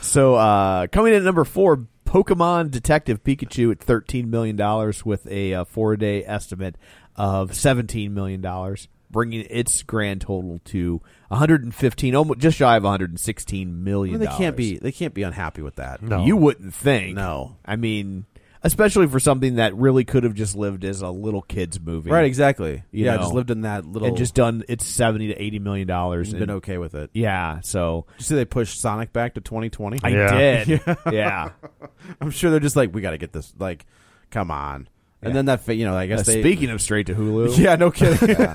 Speaker 1: So uh, coming in at number four, Pokemon Detective Pikachu at thirteen million dollars with a uh, four-day estimate of seventeen million dollars, bringing its grand total to one hundred and fifteen, almost just shy of one hundred and sixteen
Speaker 2: I mean,
Speaker 1: million.
Speaker 2: they can't be they can't be unhappy with that.
Speaker 3: No.
Speaker 1: You wouldn't think.
Speaker 2: No.
Speaker 1: I mean, especially for something that really could have just lived as a little kids movie,
Speaker 2: Right, exactly.
Speaker 1: You
Speaker 2: yeah,
Speaker 1: know,
Speaker 2: just lived in that little.
Speaker 1: And just done its seventy to eighty million dollars.
Speaker 2: been okay with it. Did
Speaker 1: Yeah. So
Speaker 2: you see they pushed Sonic back to 2020?
Speaker 1: I
Speaker 3: Yeah.
Speaker 1: did. yeah.
Speaker 2: I'm sure they're just like, we got to get this. Like, come on. And then that, fa- you know, I guess
Speaker 1: Uh,
Speaker 2: they.
Speaker 1: Speaking of straight to Hulu,
Speaker 2: Yeah, no kidding.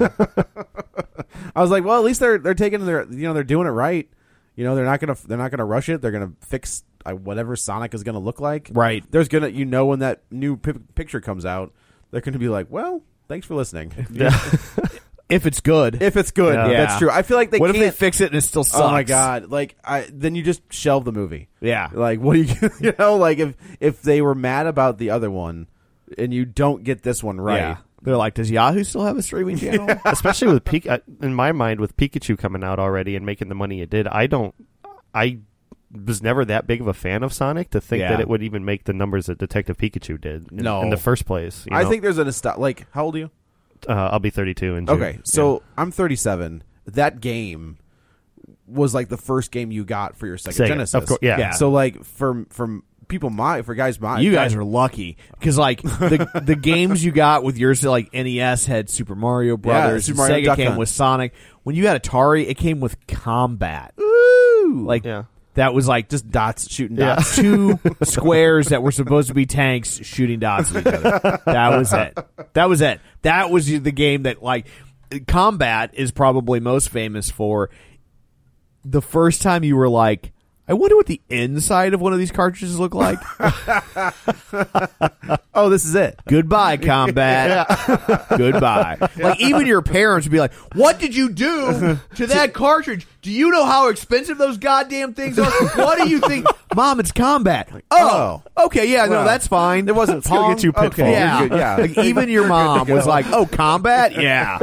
Speaker 2: I was like, well, at least they're they're taking their you know they're doing it right. You know, they're not gonna they're not gonna rush it. They're gonna fix uh, whatever Sonic is gonna look like.
Speaker 1: Right.
Speaker 2: There's gonna you know when that new pi picture comes out, they're gonna be like, well, thanks for listening.
Speaker 1: if it's good,
Speaker 2: if it's good,
Speaker 3: Yeah.
Speaker 2: that's true. I feel like they
Speaker 1: what if
Speaker 2: can't
Speaker 1: they fix it and it still sucks?
Speaker 2: Oh my god! Like I then you just shelve the movie.
Speaker 1: Yeah.
Speaker 2: Like what do you you know like if if they were mad about the other one and you don't get this one right.
Speaker 1: Yeah. They're like, does Yahoo still have a streaming channel?
Speaker 3: especially with Pik- uh, in my mind with Pikachu coming out already and making the money it did. I don't. I was never that big of a fan of Sonic to think
Speaker 1: Yeah.
Speaker 3: that it would even make the numbers that Detective Pikachu did. In,
Speaker 2: No.
Speaker 3: in the first place. you
Speaker 2: I
Speaker 3: know?
Speaker 2: think there's an ast- like how old are you?
Speaker 3: uh, I'll be 32 in June.
Speaker 2: Okay, so I'm 37. That game was like the first game you got for your Sega,
Speaker 3: Sega,
Speaker 2: Genesis.
Speaker 3: of course, yeah. Yeah.
Speaker 2: So like from from people my for guys my
Speaker 1: you guys are lucky because like the the games you got with yours like NES had Super Mario Brothers,
Speaker 2: Super Mario
Speaker 1: Sega
Speaker 2: Duck
Speaker 1: came
Speaker 2: Hunt.
Speaker 1: with Sonic. When you had Atari, it came with Combat. Like
Speaker 3: Yeah.
Speaker 1: that was like just
Speaker 2: dots shooting
Speaker 3: Yeah.
Speaker 2: dots.
Speaker 1: two squares that were supposed to be tanks shooting dots at each other. That was it. That was it. That was the game that like combat is probably most famous for. The first time you were like, I wonder what the inside of one of these cartridges look like.
Speaker 2: Oh, this is it.
Speaker 1: Goodbye, combat. Goodbye. Like even your parents would be like, "What did you do to that cartridge? Do you know how expensive those goddamn things are? What do you think, Mom? It's combat. Oh, okay, yeah, no,
Speaker 2: Well,
Speaker 1: that's fine. There wasn't
Speaker 3: gonna get you pitfall.
Speaker 1: Yeah,
Speaker 2: You're good, yeah.
Speaker 1: Like, even your mom was like, "Oh, combat. Yeah,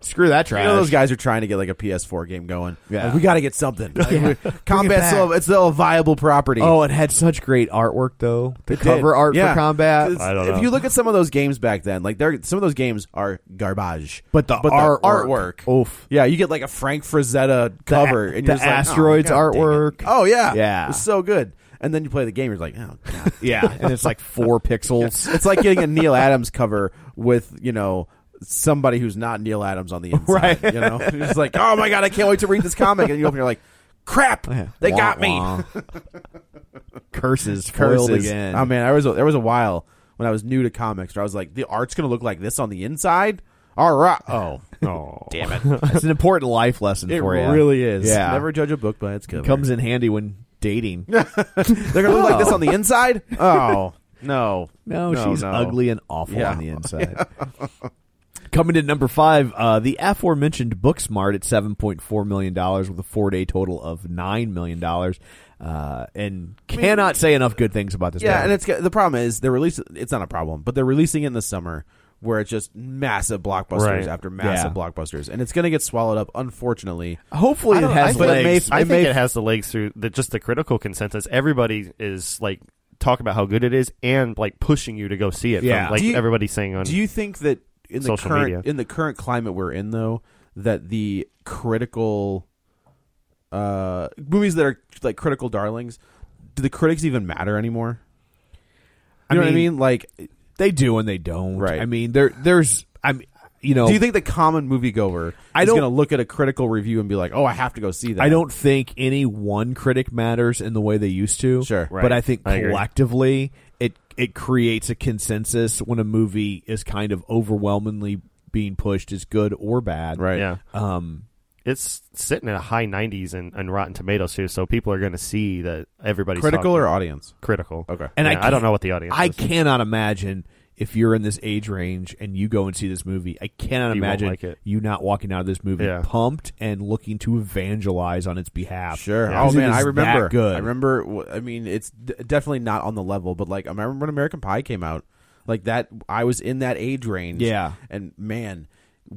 Speaker 1: screw that trash.
Speaker 2: You know those guys are trying to get like a PS4 game going.
Speaker 1: Yeah.
Speaker 2: Like, we got to get something. Like,
Speaker 1: Yeah.
Speaker 2: we-
Speaker 1: Bring it
Speaker 2: Combat's
Speaker 1: back.
Speaker 2: still it's still a viable property.
Speaker 1: Oh, it had such great artwork though. The
Speaker 2: It did.
Speaker 1: cover art
Speaker 2: Yeah.
Speaker 1: for combat.
Speaker 2: It's-
Speaker 3: I don't
Speaker 2: If
Speaker 3: know.
Speaker 2: you look at some of those games back then, like they're some of those games are garbage.
Speaker 1: But the artwork.
Speaker 2: artwork-
Speaker 1: Oof.
Speaker 2: yeah, you get like a Frank Frazetta cover, and
Speaker 1: the
Speaker 2: you're just like, oh,
Speaker 1: asteroids
Speaker 2: God dang it.
Speaker 1: artwork.
Speaker 2: Oh yeah,
Speaker 1: Yeah.
Speaker 2: it's so good. And then you play the game, you're like, oh, God.
Speaker 1: Yeah, and it's like four pixels.
Speaker 2: it's like getting a Neil Adams cover with you know somebody who's not Neil Adams on the
Speaker 1: Right.
Speaker 2: inside. You know, you're just like, oh my God, I can't wait to read this comic, and you open, you're like, crap, they
Speaker 1: Wah,
Speaker 2: got me.
Speaker 1: wah. Curses, foiled
Speaker 2: curses.
Speaker 1: again.
Speaker 2: Oh man, there was a, there was a while when I was new to comics, where I was like, the art's going to look like this on the inside. All right. Oh,
Speaker 3: Oh,
Speaker 2: damn it!
Speaker 1: It's an important life lesson
Speaker 2: It
Speaker 1: for you.
Speaker 2: really is.
Speaker 1: Yeah.
Speaker 2: Never judge a book by its cover.
Speaker 1: comes in handy when dating.
Speaker 2: They're going to look like this on the inside. Oh no,
Speaker 1: No, she's
Speaker 2: no.
Speaker 1: ugly and awful
Speaker 2: Yeah.
Speaker 1: on the inside. Coming in number five, uh, the aforementioned Booksmart at seven point four million dollars with a four day total of nine million dollars, uh, and cannot say enough good things about this.
Speaker 2: Yeah,
Speaker 1: movie.
Speaker 2: and it's the problem is they're releasing. It's not a problem, but they're releasing it in the summer where it's just massive blockbusters
Speaker 3: Right.
Speaker 2: after massive
Speaker 1: Yeah.
Speaker 2: blockbusters, and it's going to get swallowed up. Unfortunately,
Speaker 1: hopefully
Speaker 3: I
Speaker 1: it
Speaker 3: don't-
Speaker 1: has
Speaker 3: I think,
Speaker 1: legs.
Speaker 3: it may, I
Speaker 2: may
Speaker 3: think it has the legs through the, just the critical consensus. Everybody is like talking about how good it is and like pushing you to go see it.
Speaker 1: Yeah.
Speaker 3: From, like
Speaker 2: Do you-
Speaker 3: everybody's saying on.
Speaker 2: do you think that in the
Speaker 3: Social
Speaker 2: current
Speaker 3: media.
Speaker 2: in the current climate we're in though that the critical uh, movies that are like critical darlings, do the critics even matter anymore? You know what I
Speaker 1: mean-
Speaker 2: mean? Like,
Speaker 1: they do and they don't.
Speaker 2: Right.
Speaker 1: I mean, there, there's. I'm. You know.
Speaker 2: do you think the common moviegoer
Speaker 1: oh. I
Speaker 2: is
Speaker 1: don't-
Speaker 2: going to look at a critical review and be like, "Oh, I have to go see that"?
Speaker 1: I don't think any one critic matters in the way they used to.
Speaker 2: Sure.
Speaker 1: but
Speaker 3: Right.
Speaker 1: I think
Speaker 3: I agree.
Speaker 1: collectively it it creates a consensus when a movie is kind of overwhelmingly being pushed as good or bad.
Speaker 2: Right.
Speaker 3: yeah,
Speaker 1: Um.
Speaker 3: it's sitting at a high 90s and, and Rotten Tomatoes too, so people are going to see that everybody's
Speaker 2: Critical
Speaker 3: talking-
Speaker 2: or audience?
Speaker 3: critical.
Speaker 2: Okay.
Speaker 1: And I
Speaker 3: Yeah, I,
Speaker 1: can't-
Speaker 3: don't know what the audience.
Speaker 1: I
Speaker 3: is.
Speaker 1: cannot imagine if you're in this age range and you go and see this movie. I cannot
Speaker 3: You won't
Speaker 1: imagine
Speaker 3: like it.
Speaker 1: you not walking out of this movie
Speaker 3: Yeah.
Speaker 1: pumped and looking to evangelize on its behalf.
Speaker 2: Sure.
Speaker 1: Yeah.
Speaker 2: Oh man,
Speaker 1: It
Speaker 2: I
Speaker 1: is
Speaker 2: remember.
Speaker 1: that good.
Speaker 2: I remember. w- I mean, it's d- definitely not on the level, but like I remember when American Pie came out, like that. I was in that age range.
Speaker 1: Yeah.
Speaker 2: And man,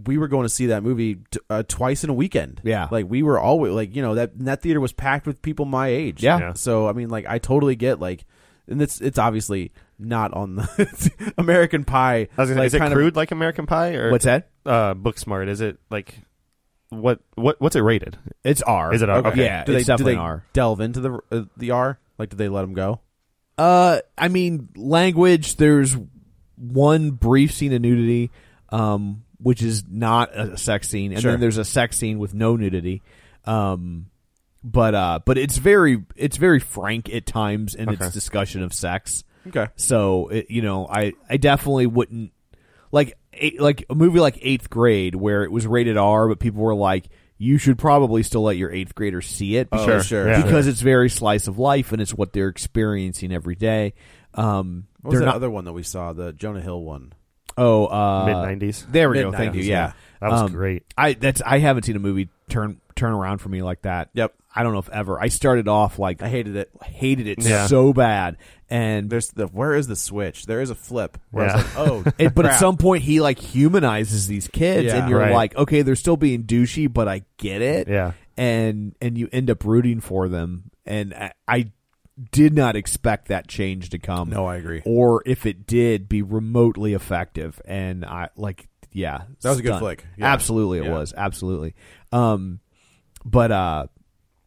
Speaker 2: we were going to see that movie t- uh, twice in a weekend.
Speaker 1: Yeah.
Speaker 2: Like we were always like you know that that theater was packed with people my age.
Speaker 1: Yeah.
Speaker 3: Yeah.
Speaker 2: So I mean, like I totally get like, and it's it's obviously not on the American Pie.
Speaker 3: I was gonna say,
Speaker 2: like,
Speaker 3: is it
Speaker 2: kind of-
Speaker 3: crude like American Pie or
Speaker 1: What's that?
Speaker 3: Uh, Booksmart. Is it like what what what's it rated?
Speaker 1: It's R.
Speaker 3: Is it R?
Speaker 1: Okay.
Speaker 3: Okay.
Speaker 1: Yeah,
Speaker 2: do they,
Speaker 1: it's definitely
Speaker 2: do they
Speaker 1: R.
Speaker 2: delve into the uh, the R? Like, do they let them go?
Speaker 1: Uh, I mean, language. There's one brief scene of nudity, um, which is not a sex scene, and
Speaker 2: Sure.
Speaker 1: then there's a sex scene with no nudity. Um, but uh, but it's very it's very frank at times in its discussion of sex.
Speaker 2: Okay.
Speaker 1: So it, you know, I I definitely wouldn't like eight, like a movie like Eighth Grade where it was rated R, but people were like, you should probably still let your eighth grader see it.
Speaker 2: Oh,
Speaker 1: because-
Speaker 2: sure,
Speaker 3: yeah.
Speaker 1: because it's very slice of life and it's what they're experiencing every day. Um,
Speaker 2: What was
Speaker 1: they're
Speaker 2: that
Speaker 1: not.
Speaker 2: other one that we saw? The Jonah Hill one.
Speaker 1: oh, uh,
Speaker 3: Mid nineties.
Speaker 1: There we go. Thank you.
Speaker 2: Mid-nineties,
Speaker 1: Yeah,
Speaker 3: That was
Speaker 1: Um,
Speaker 3: great.
Speaker 1: I that's I haven't seen a movie turn turn around for me like that.
Speaker 2: Yep.
Speaker 1: I don't know if ever. I started off like I hated it, hated it
Speaker 3: Yeah.
Speaker 1: so bad, and
Speaker 2: There's the where is the switch? There is a flip. Where
Speaker 3: Yeah.
Speaker 2: it's like, oh,
Speaker 1: It, but at
Speaker 2: crap.
Speaker 1: some point, he like humanizes these kids,
Speaker 2: Yeah.
Speaker 1: and you're
Speaker 3: Right.
Speaker 1: like, okay, they're still being douchey, but I get it.
Speaker 3: Yeah.
Speaker 1: and and you end up rooting for them, and I, I did not expect that change to come.
Speaker 2: No, I agree.
Speaker 1: Or if it did, be remotely effective, and I like, yeah,
Speaker 2: That was a good
Speaker 1: stunned.
Speaker 2: flick. Yeah.
Speaker 1: Absolutely, it
Speaker 2: Yeah.
Speaker 1: was absolutely. Um, but uh,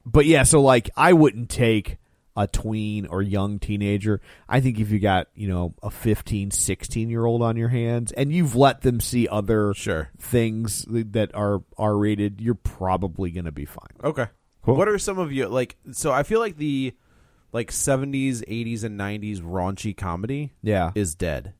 Speaker 1: but yeah, so like I wouldn't take a tween or young teenager. I think if you got, you know, a 15, 16 year old on your hands and you've let them see other
Speaker 2: Sure.
Speaker 1: things that are R rated, you're probably going to be fine.
Speaker 2: Okay.
Speaker 3: Cool.
Speaker 2: What are some of you like? So I feel like the like 70s, 80s, and 90s raunchy comedy
Speaker 1: Yeah.
Speaker 2: is dead.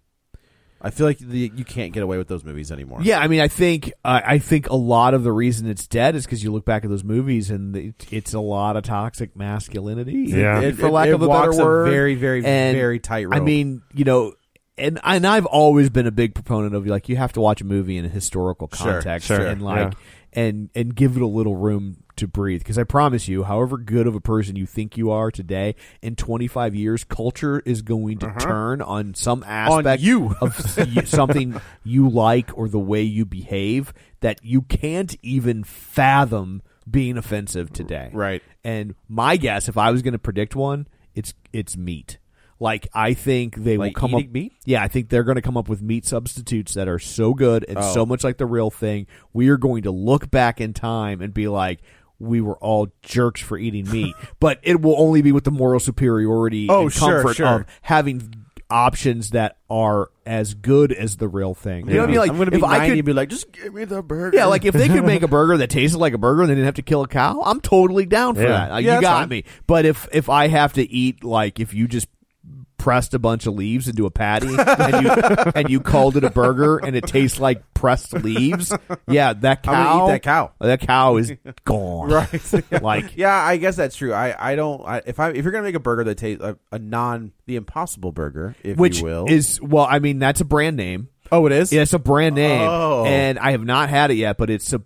Speaker 2: I feel like the, you can't get away with those movies anymore.
Speaker 1: Yeah, I mean, I think uh, I think a lot of the reason it's dead is because you look back at those movies and it, it's a lot of toxic masculinity.
Speaker 3: Yeah.
Speaker 2: It-
Speaker 1: for
Speaker 2: it-
Speaker 1: lack
Speaker 2: it
Speaker 1: of a
Speaker 2: walks
Speaker 1: better
Speaker 2: a
Speaker 1: word,
Speaker 2: very, very,
Speaker 1: And,
Speaker 2: very tight
Speaker 1: I
Speaker 2: rope.
Speaker 1: mean, you know, and and I've always been a big proponent of like you have to watch a movie in a historical
Speaker 2: Sure,
Speaker 1: context
Speaker 3: sure,
Speaker 1: and like and and give it a little room to breathe because I promise you, however good of a person you think you are today, in 25 years, culture is going to turn on some aspect
Speaker 2: Uh-huh. you.
Speaker 1: of s- something you like or the way you behave that you can't even fathom being offensive today.
Speaker 2: Right.
Speaker 1: And my guess, if I was going to predict one, it's it's meat. Like I think they
Speaker 2: Like
Speaker 1: will come up.
Speaker 2: eating meat?
Speaker 1: Yeah, I think they're going to come up with meat substitutes that are so good and
Speaker 2: Oh.
Speaker 1: so much like the real thing. We are going to look back in time and be like, we were all jerks for eating meat, but it will only be with the moral superiority
Speaker 2: Oh,
Speaker 1: and
Speaker 2: sure,
Speaker 1: comfort
Speaker 2: sure.
Speaker 1: of having options that are as good as the real thing. You know what I mean? Like
Speaker 2: I'm gonna be
Speaker 1: if
Speaker 2: 90
Speaker 1: I could
Speaker 2: and be like, just give me the burger.
Speaker 1: yeah, like if they could make a burger that tasted like a burger and they didn't have to kill a cow, I'm totally down for
Speaker 3: Yeah.
Speaker 1: that. Like,
Speaker 2: Yeah,
Speaker 1: you
Speaker 2: that's
Speaker 1: got
Speaker 2: fine.
Speaker 1: me. But if if I have to eat like if you just pressed a bunch of leaves into a patty and you and you called it a burger and it tastes like pressed leaves. Yeah, that
Speaker 2: I'm gonna eat
Speaker 1: cow.
Speaker 2: that cow.
Speaker 1: That cow is gone.
Speaker 2: Right.
Speaker 1: Like
Speaker 2: yeah, I guess that's true. I, I don't. I, if I if you're gonna make a burger that tastes uh, a, a non the Impossible Burger, if
Speaker 1: which
Speaker 2: you will,
Speaker 1: is well, I mean that's a brand name.
Speaker 2: oh it is
Speaker 1: Yeah, it's a brand name,
Speaker 2: Oh.
Speaker 1: and I have not had it yet, but it's a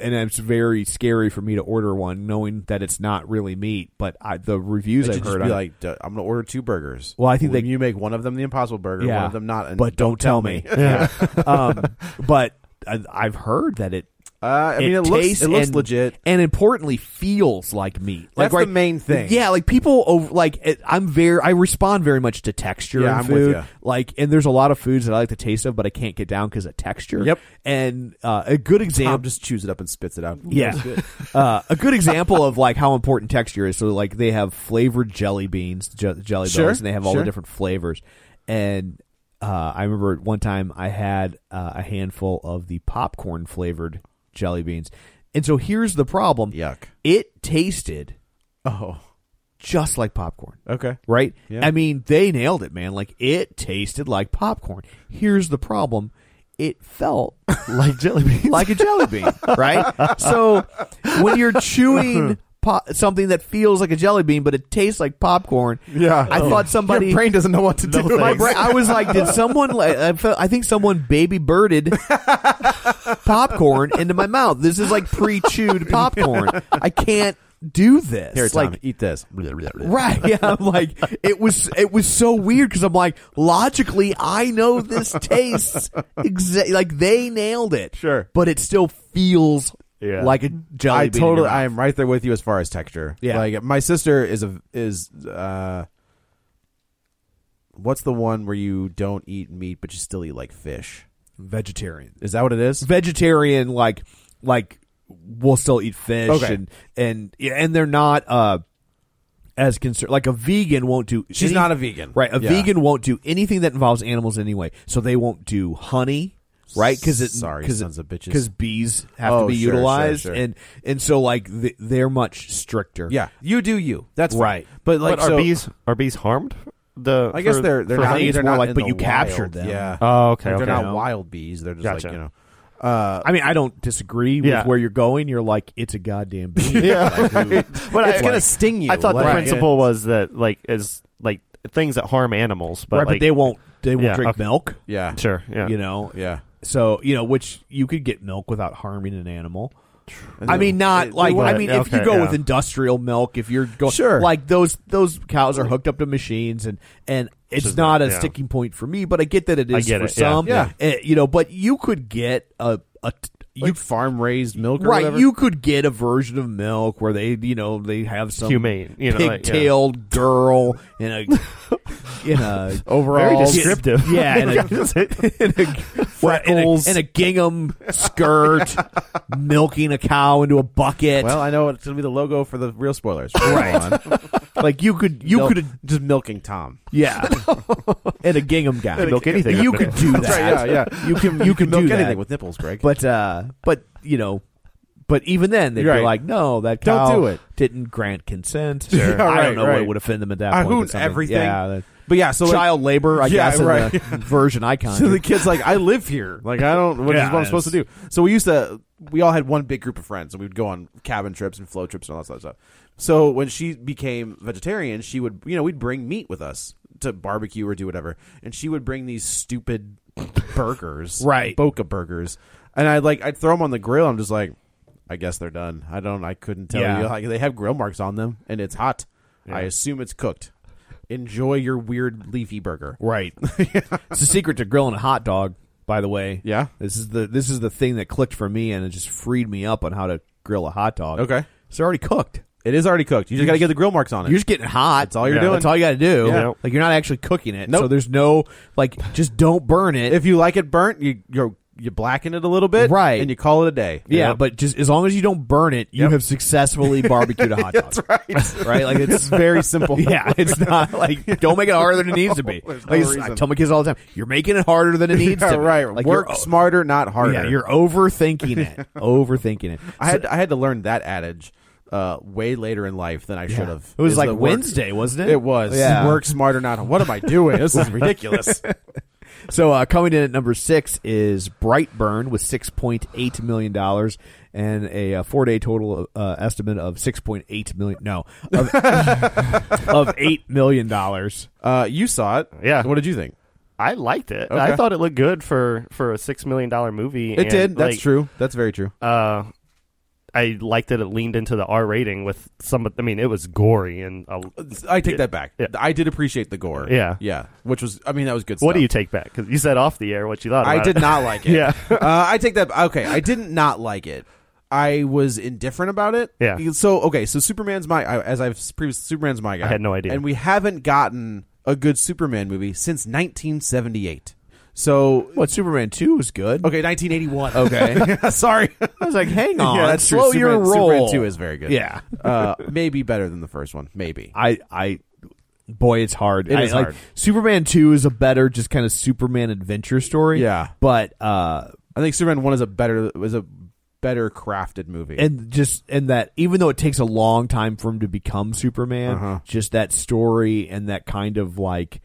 Speaker 1: and it's very scary for me to order one, knowing that it's not really meat. But I, the reviews
Speaker 2: They
Speaker 1: I've
Speaker 2: should just
Speaker 1: heard, on-
Speaker 2: be like, "Duh, I'm gonna order two burgers.
Speaker 1: Well, I think
Speaker 2: When
Speaker 1: they-
Speaker 2: you make one of them the Impossible Burger, one
Speaker 1: yeah,
Speaker 2: of them not. And
Speaker 1: but don't tell me.
Speaker 3: Yeah.
Speaker 1: um, but I, I've heard that it.
Speaker 2: uh, I mean, it, looks
Speaker 1: tastes
Speaker 2: it looks
Speaker 1: and-
Speaker 2: legit.
Speaker 1: and importantly feels like meat. Like
Speaker 2: That's the main thing.
Speaker 1: Yeah, like people over, like it, I'm very I respond very much to texture.
Speaker 2: Yeah,
Speaker 1: in
Speaker 2: I'm with
Speaker 1: food.
Speaker 2: ya.
Speaker 1: Like, and there's a lot of foods that I like the taste of, but I can't get down because of texture.
Speaker 2: Yep.
Speaker 1: And uh, a good example,
Speaker 2: Tom just chews it up and spits it out.
Speaker 1: yeah, uh, a good example of like how important texture is. So like they have flavored jelly beans, je- jelly
Speaker 2: Sure,
Speaker 1: bellies, and they have all
Speaker 2: sure.
Speaker 1: the different flavors. And uh, I remember one time I had uh, a handful of the popcorn flavored jelly beans. And so here's the problem.
Speaker 2: Yuck.
Speaker 1: It tasted
Speaker 2: Oh,
Speaker 1: just like popcorn.
Speaker 2: okay.
Speaker 1: Right?
Speaker 2: Yeah.
Speaker 1: I mean, they nailed it, man. Like it tasted like popcorn. Here's the problem. It felt
Speaker 3: like jelly beans.
Speaker 1: like a jelly bean, right? So when you're chewing po- something that feels like a jelly bean, but it tastes like popcorn,
Speaker 2: Yeah. Oh.
Speaker 1: I thought somebody.
Speaker 2: Your brain doesn't know what to do.
Speaker 1: my brain, I was like, did someone? Like, I, felt, I think someone baby birded popcorn into my mouth. This is like pre-chewed popcorn. I can't do this.
Speaker 2: Here, Tom,
Speaker 1: like,
Speaker 2: eat this.
Speaker 1: Right. Yeah. I'm like, it was, it was so weird because I'm like, logically, I know this tastes exa- like they nailed it.
Speaker 2: Sure.
Speaker 1: But it still feels
Speaker 3: Yeah.
Speaker 1: like a jelly
Speaker 2: I
Speaker 1: bean. in your
Speaker 2: totally,
Speaker 1: mouth.
Speaker 2: I am right there with you as far as texture.
Speaker 1: Yeah.
Speaker 2: like my sister is a is uh, what's the one where you don't eat meat but you still eat like fish?
Speaker 1: vegetarian.
Speaker 2: Is that what it is?
Speaker 1: Vegetarian, like, like we'll still eat fish
Speaker 2: Okay.
Speaker 1: and, and, yeah, and they're not, uh, as concerned, like a vegan won't do.
Speaker 2: She's
Speaker 1: any-
Speaker 2: not a vegan.
Speaker 1: Right. A
Speaker 2: Yeah.
Speaker 1: vegan won't do anything that involves animals anyway. So they won't do honey, right? Because it
Speaker 2: Sorry,
Speaker 1: cause
Speaker 2: sons of bitches.
Speaker 1: Because bees have
Speaker 2: Oh,
Speaker 1: to be
Speaker 2: sure, sure,
Speaker 1: utilized,
Speaker 2: sure.
Speaker 1: and and so like th- they're much stricter.
Speaker 2: Yeah, you do you. That's fine.
Speaker 1: Right.
Speaker 2: But like,
Speaker 3: but are
Speaker 2: so,
Speaker 3: bees are bees harmed? The
Speaker 2: I guess
Speaker 3: for-
Speaker 2: they're they're
Speaker 3: for
Speaker 2: not,
Speaker 1: honey,
Speaker 3: honey?
Speaker 1: it's
Speaker 2: they're
Speaker 1: more
Speaker 2: not
Speaker 1: like,
Speaker 2: in
Speaker 1: but
Speaker 2: the
Speaker 1: you
Speaker 2: wild.
Speaker 1: captured them.
Speaker 2: Yeah.
Speaker 3: Oh, okay.
Speaker 2: Uh, they're
Speaker 3: okay.
Speaker 2: not wild bees. They're just like
Speaker 3: Gotcha.
Speaker 2: you know.
Speaker 1: Uh, I mean, I don't disagree
Speaker 3: Yeah.
Speaker 1: with where you're going. You're like, it's a goddamn bee.
Speaker 3: Yeah. but
Speaker 2: It's
Speaker 3: I,
Speaker 2: gonna sting you.
Speaker 3: I thought the
Speaker 2: Like,
Speaker 3: principle was that like as like things that harm animals, but
Speaker 1: right,
Speaker 3: like
Speaker 1: but they won't. They won't
Speaker 3: Yeah,
Speaker 1: drink
Speaker 3: okay.
Speaker 1: milk.
Speaker 2: Yeah.
Speaker 3: sure, yeah,
Speaker 1: You know.
Speaker 2: Yeah.
Speaker 1: So you know, which you could get milk without harming an animal.
Speaker 2: And
Speaker 1: I
Speaker 2: then-
Speaker 1: mean, not like
Speaker 3: but-
Speaker 1: I mean, if you
Speaker 3: okay,
Speaker 1: go
Speaker 3: yeah.
Speaker 1: with industrial milk, if you're going,
Speaker 2: Sure.
Speaker 1: like those those cows are hooked up to machines, and and it's
Speaker 3: is
Speaker 1: not
Speaker 3: not-
Speaker 1: a
Speaker 3: yeah.
Speaker 1: sticking point for me, but I get that it is
Speaker 3: I get
Speaker 1: for
Speaker 3: it, yeah.
Speaker 1: some,
Speaker 2: Yeah.
Speaker 1: Eh, you know. But you could get a a t-
Speaker 2: like
Speaker 1: you.
Speaker 2: farm raised milk, or
Speaker 1: Right,
Speaker 2: whatever?
Speaker 1: you could get a version of milk where they, you know, they have some
Speaker 3: Humane, you know, like, yeah.
Speaker 1: pigtailed girl in a in a
Speaker 3: very
Speaker 1: overall
Speaker 3: descriptive.
Speaker 1: yeah, in a, in a, well, in a,
Speaker 3: Freckles.
Speaker 1: in a gingham skirt, milking a cow into a bucket.
Speaker 2: Well, I know it's gonna be the logo for the real spoilers. Right.
Speaker 1: like you could, you could,
Speaker 2: just milking Tom.
Speaker 1: yeah, in a gingham gown.
Speaker 3: Milk anything.
Speaker 1: You could do that.
Speaker 2: yeah, yeah.
Speaker 1: You can, you can
Speaker 2: milk
Speaker 1: do that.
Speaker 2: anything with nipples, Greg.
Speaker 1: but, uh, but you know, but even then, they'd
Speaker 2: Right.
Speaker 1: be like, "No, that
Speaker 2: Don't
Speaker 1: cow
Speaker 2: do it.
Speaker 1: Didn't grant consent.
Speaker 2: Sure. Yeah,
Speaker 1: I
Speaker 2: right,
Speaker 1: don't know
Speaker 2: right.
Speaker 1: what would offend them at that
Speaker 2: I
Speaker 1: point. but
Speaker 2: hoon
Speaker 1: something-
Speaker 2: everything.
Speaker 1: Yeah, that-
Speaker 2: but yeah, so like,
Speaker 1: child labor, I
Speaker 2: Yeah,
Speaker 1: guess, in
Speaker 2: right.
Speaker 1: the version icon.
Speaker 2: So the kid's like, I live here. Like I don't. What is
Speaker 1: Yeah,
Speaker 2: what I'm
Speaker 1: it's-
Speaker 2: supposed to do? So we used to. We all had one big group of friends, and we'd go on cabin trips and float trips and all that sort of stuff. So when she became vegetarian, she would, you know, we'd bring meat with us to barbecue or do whatever, and she would bring these stupid burgers,
Speaker 1: Right.
Speaker 2: Boca burgers, and I'd like I'd throw them on the grill. I'm just like, I guess they're done. I don't. I couldn't tell
Speaker 1: Yeah.
Speaker 2: you. Like they have grill marks on them, and it's hot. I assume it's cooked. Enjoy your weird leafy burger.
Speaker 1: Right. It's the secret to grilling a hot dog, by the way.
Speaker 2: Yeah.
Speaker 1: This is the this is the thing that clicked for me and it just freed me up on how to grill a hot dog.
Speaker 2: Okay.
Speaker 1: It's already cooked.
Speaker 2: It is already cooked. You just got to get the grill marks on it.
Speaker 1: You're just getting it hot. That's
Speaker 2: all you're doing.
Speaker 1: That's all you got to do.
Speaker 3: Yeah.
Speaker 1: Like you're not actually cooking it.
Speaker 2: Nope.
Speaker 1: So there's no like just don't burn it.
Speaker 2: if you like it burnt, you you you blacken it a little bit,
Speaker 1: Right.
Speaker 2: and you call it a day.
Speaker 1: yeah, but just as long as you don't burn it, you
Speaker 2: Yep.
Speaker 1: have successfully barbecued a hot dog.
Speaker 2: right.
Speaker 1: right? Like it's very simple. Yeah, it's not like don't make it harder than it needs to be.
Speaker 2: There's no
Speaker 1: like it's- I
Speaker 2: reason.
Speaker 1: tell my kids all the time, you're making it harder than it needs
Speaker 2: yeah,
Speaker 1: to. be.
Speaker 2: right.
Speaker 1: Like
Speaker 2: Work
Speaker 1: you're- oh,
Speaker 2: smarter, not harder.
Speaker 1: Yeah, you're overthinking it. overthinking it.
Speaker 2: I had I had to learn that adage. uh, way later in life than I should have.
Speaker 4: It was
Speaker 2: Is
Speaker 4: like
Speaker 2: the work-
Speaker 4: Wednesday, wasn't it?
Speaker 2: It was.
Speaker 1: Yeah.
Speaker 2: Work smarter, not. What am I doing? This is ridiculous.
Speaker 1: So uh, coming in at number six is Brightburn with six point eight million dollars and a uh, four-day total uh, estimate of six point eight million. No, of, of eight million dollars.
Speaker 2: Uh, you saw it.
Speaker 3: Yeah.
Speaker 2: What did you think?
Speaker 3: I liked it.
Speaker 2: Okay.
Speaker 3: I thought it looked good for for a six million dollar movie.
Speaker 2: It
Speaker 3: and,
Speaker 2: did. That's
Speaker 3: like,
Speaker 2: true. That's very true.
Speaker 3: Uh, I liked that it leaned into the R rating with some. I mean, it was gory and uh,
Speaker 2: I take that back.
Speaker 3: yeah.
Speaker 2: I did appreciate the gore.
Speaker 3: Yeah.
Speaker 2: Yeah. Which was, I mean, that was good
Speaker 3: what
Speaker 2: stuff.
Speaker 3: do you take back? Because you said off the air what you thought.
Speaker 2: I
Speaker 3: about
Speaker 2: did
Speaker 3: it.
Speaker 2: not like it.
Speaker 3: Yeah.
Speaker 2: uh, I take that. Okay, I didn't not like it. I was indifferent about it.
Speaker 3: Yeah.
Speaker 2: So okay, so Superman's my I- as I've previously Superman's my guy.
Speaker 3: I had no idea.
Speaker 2: and we haven't gotten a good Superman movie since 1978. So
Speaker 1: What Superman two was good.
Speaker 2: okay, 1981. Okay, sorry.
Speaker 1: I was like, hang on,
Speaker 2: yeah, that's
Speaker 1: slow
Speaker 2: true.
Speaker 1: your
Speaker 2: Superman,
Speaker 1: roll.
Speaker 2: Superman Two is very good.
Speaker 1: Yeah.
Speaker 2: uh, maybe better than the first one. Maybe.
Speaker 1: I, I, boy, it's hard.
Speaker 2: It
Speaker 1: I-
Speaker 2: is
Speaker 1: like,
Speaker 2: hard.
Speaker 1: Superman two is a better, just kind of Superman adventure story.
Speaker 2: Yeah.
Speaker 1: but uh,
Speaker 2: I think Superman One is a better was a better crafted movie.
Speaker 1: and just and that even though it takes a long time for him to become Superman,
Speaker 2: Uh-huh.
Speaker 1: just that story and that kind of like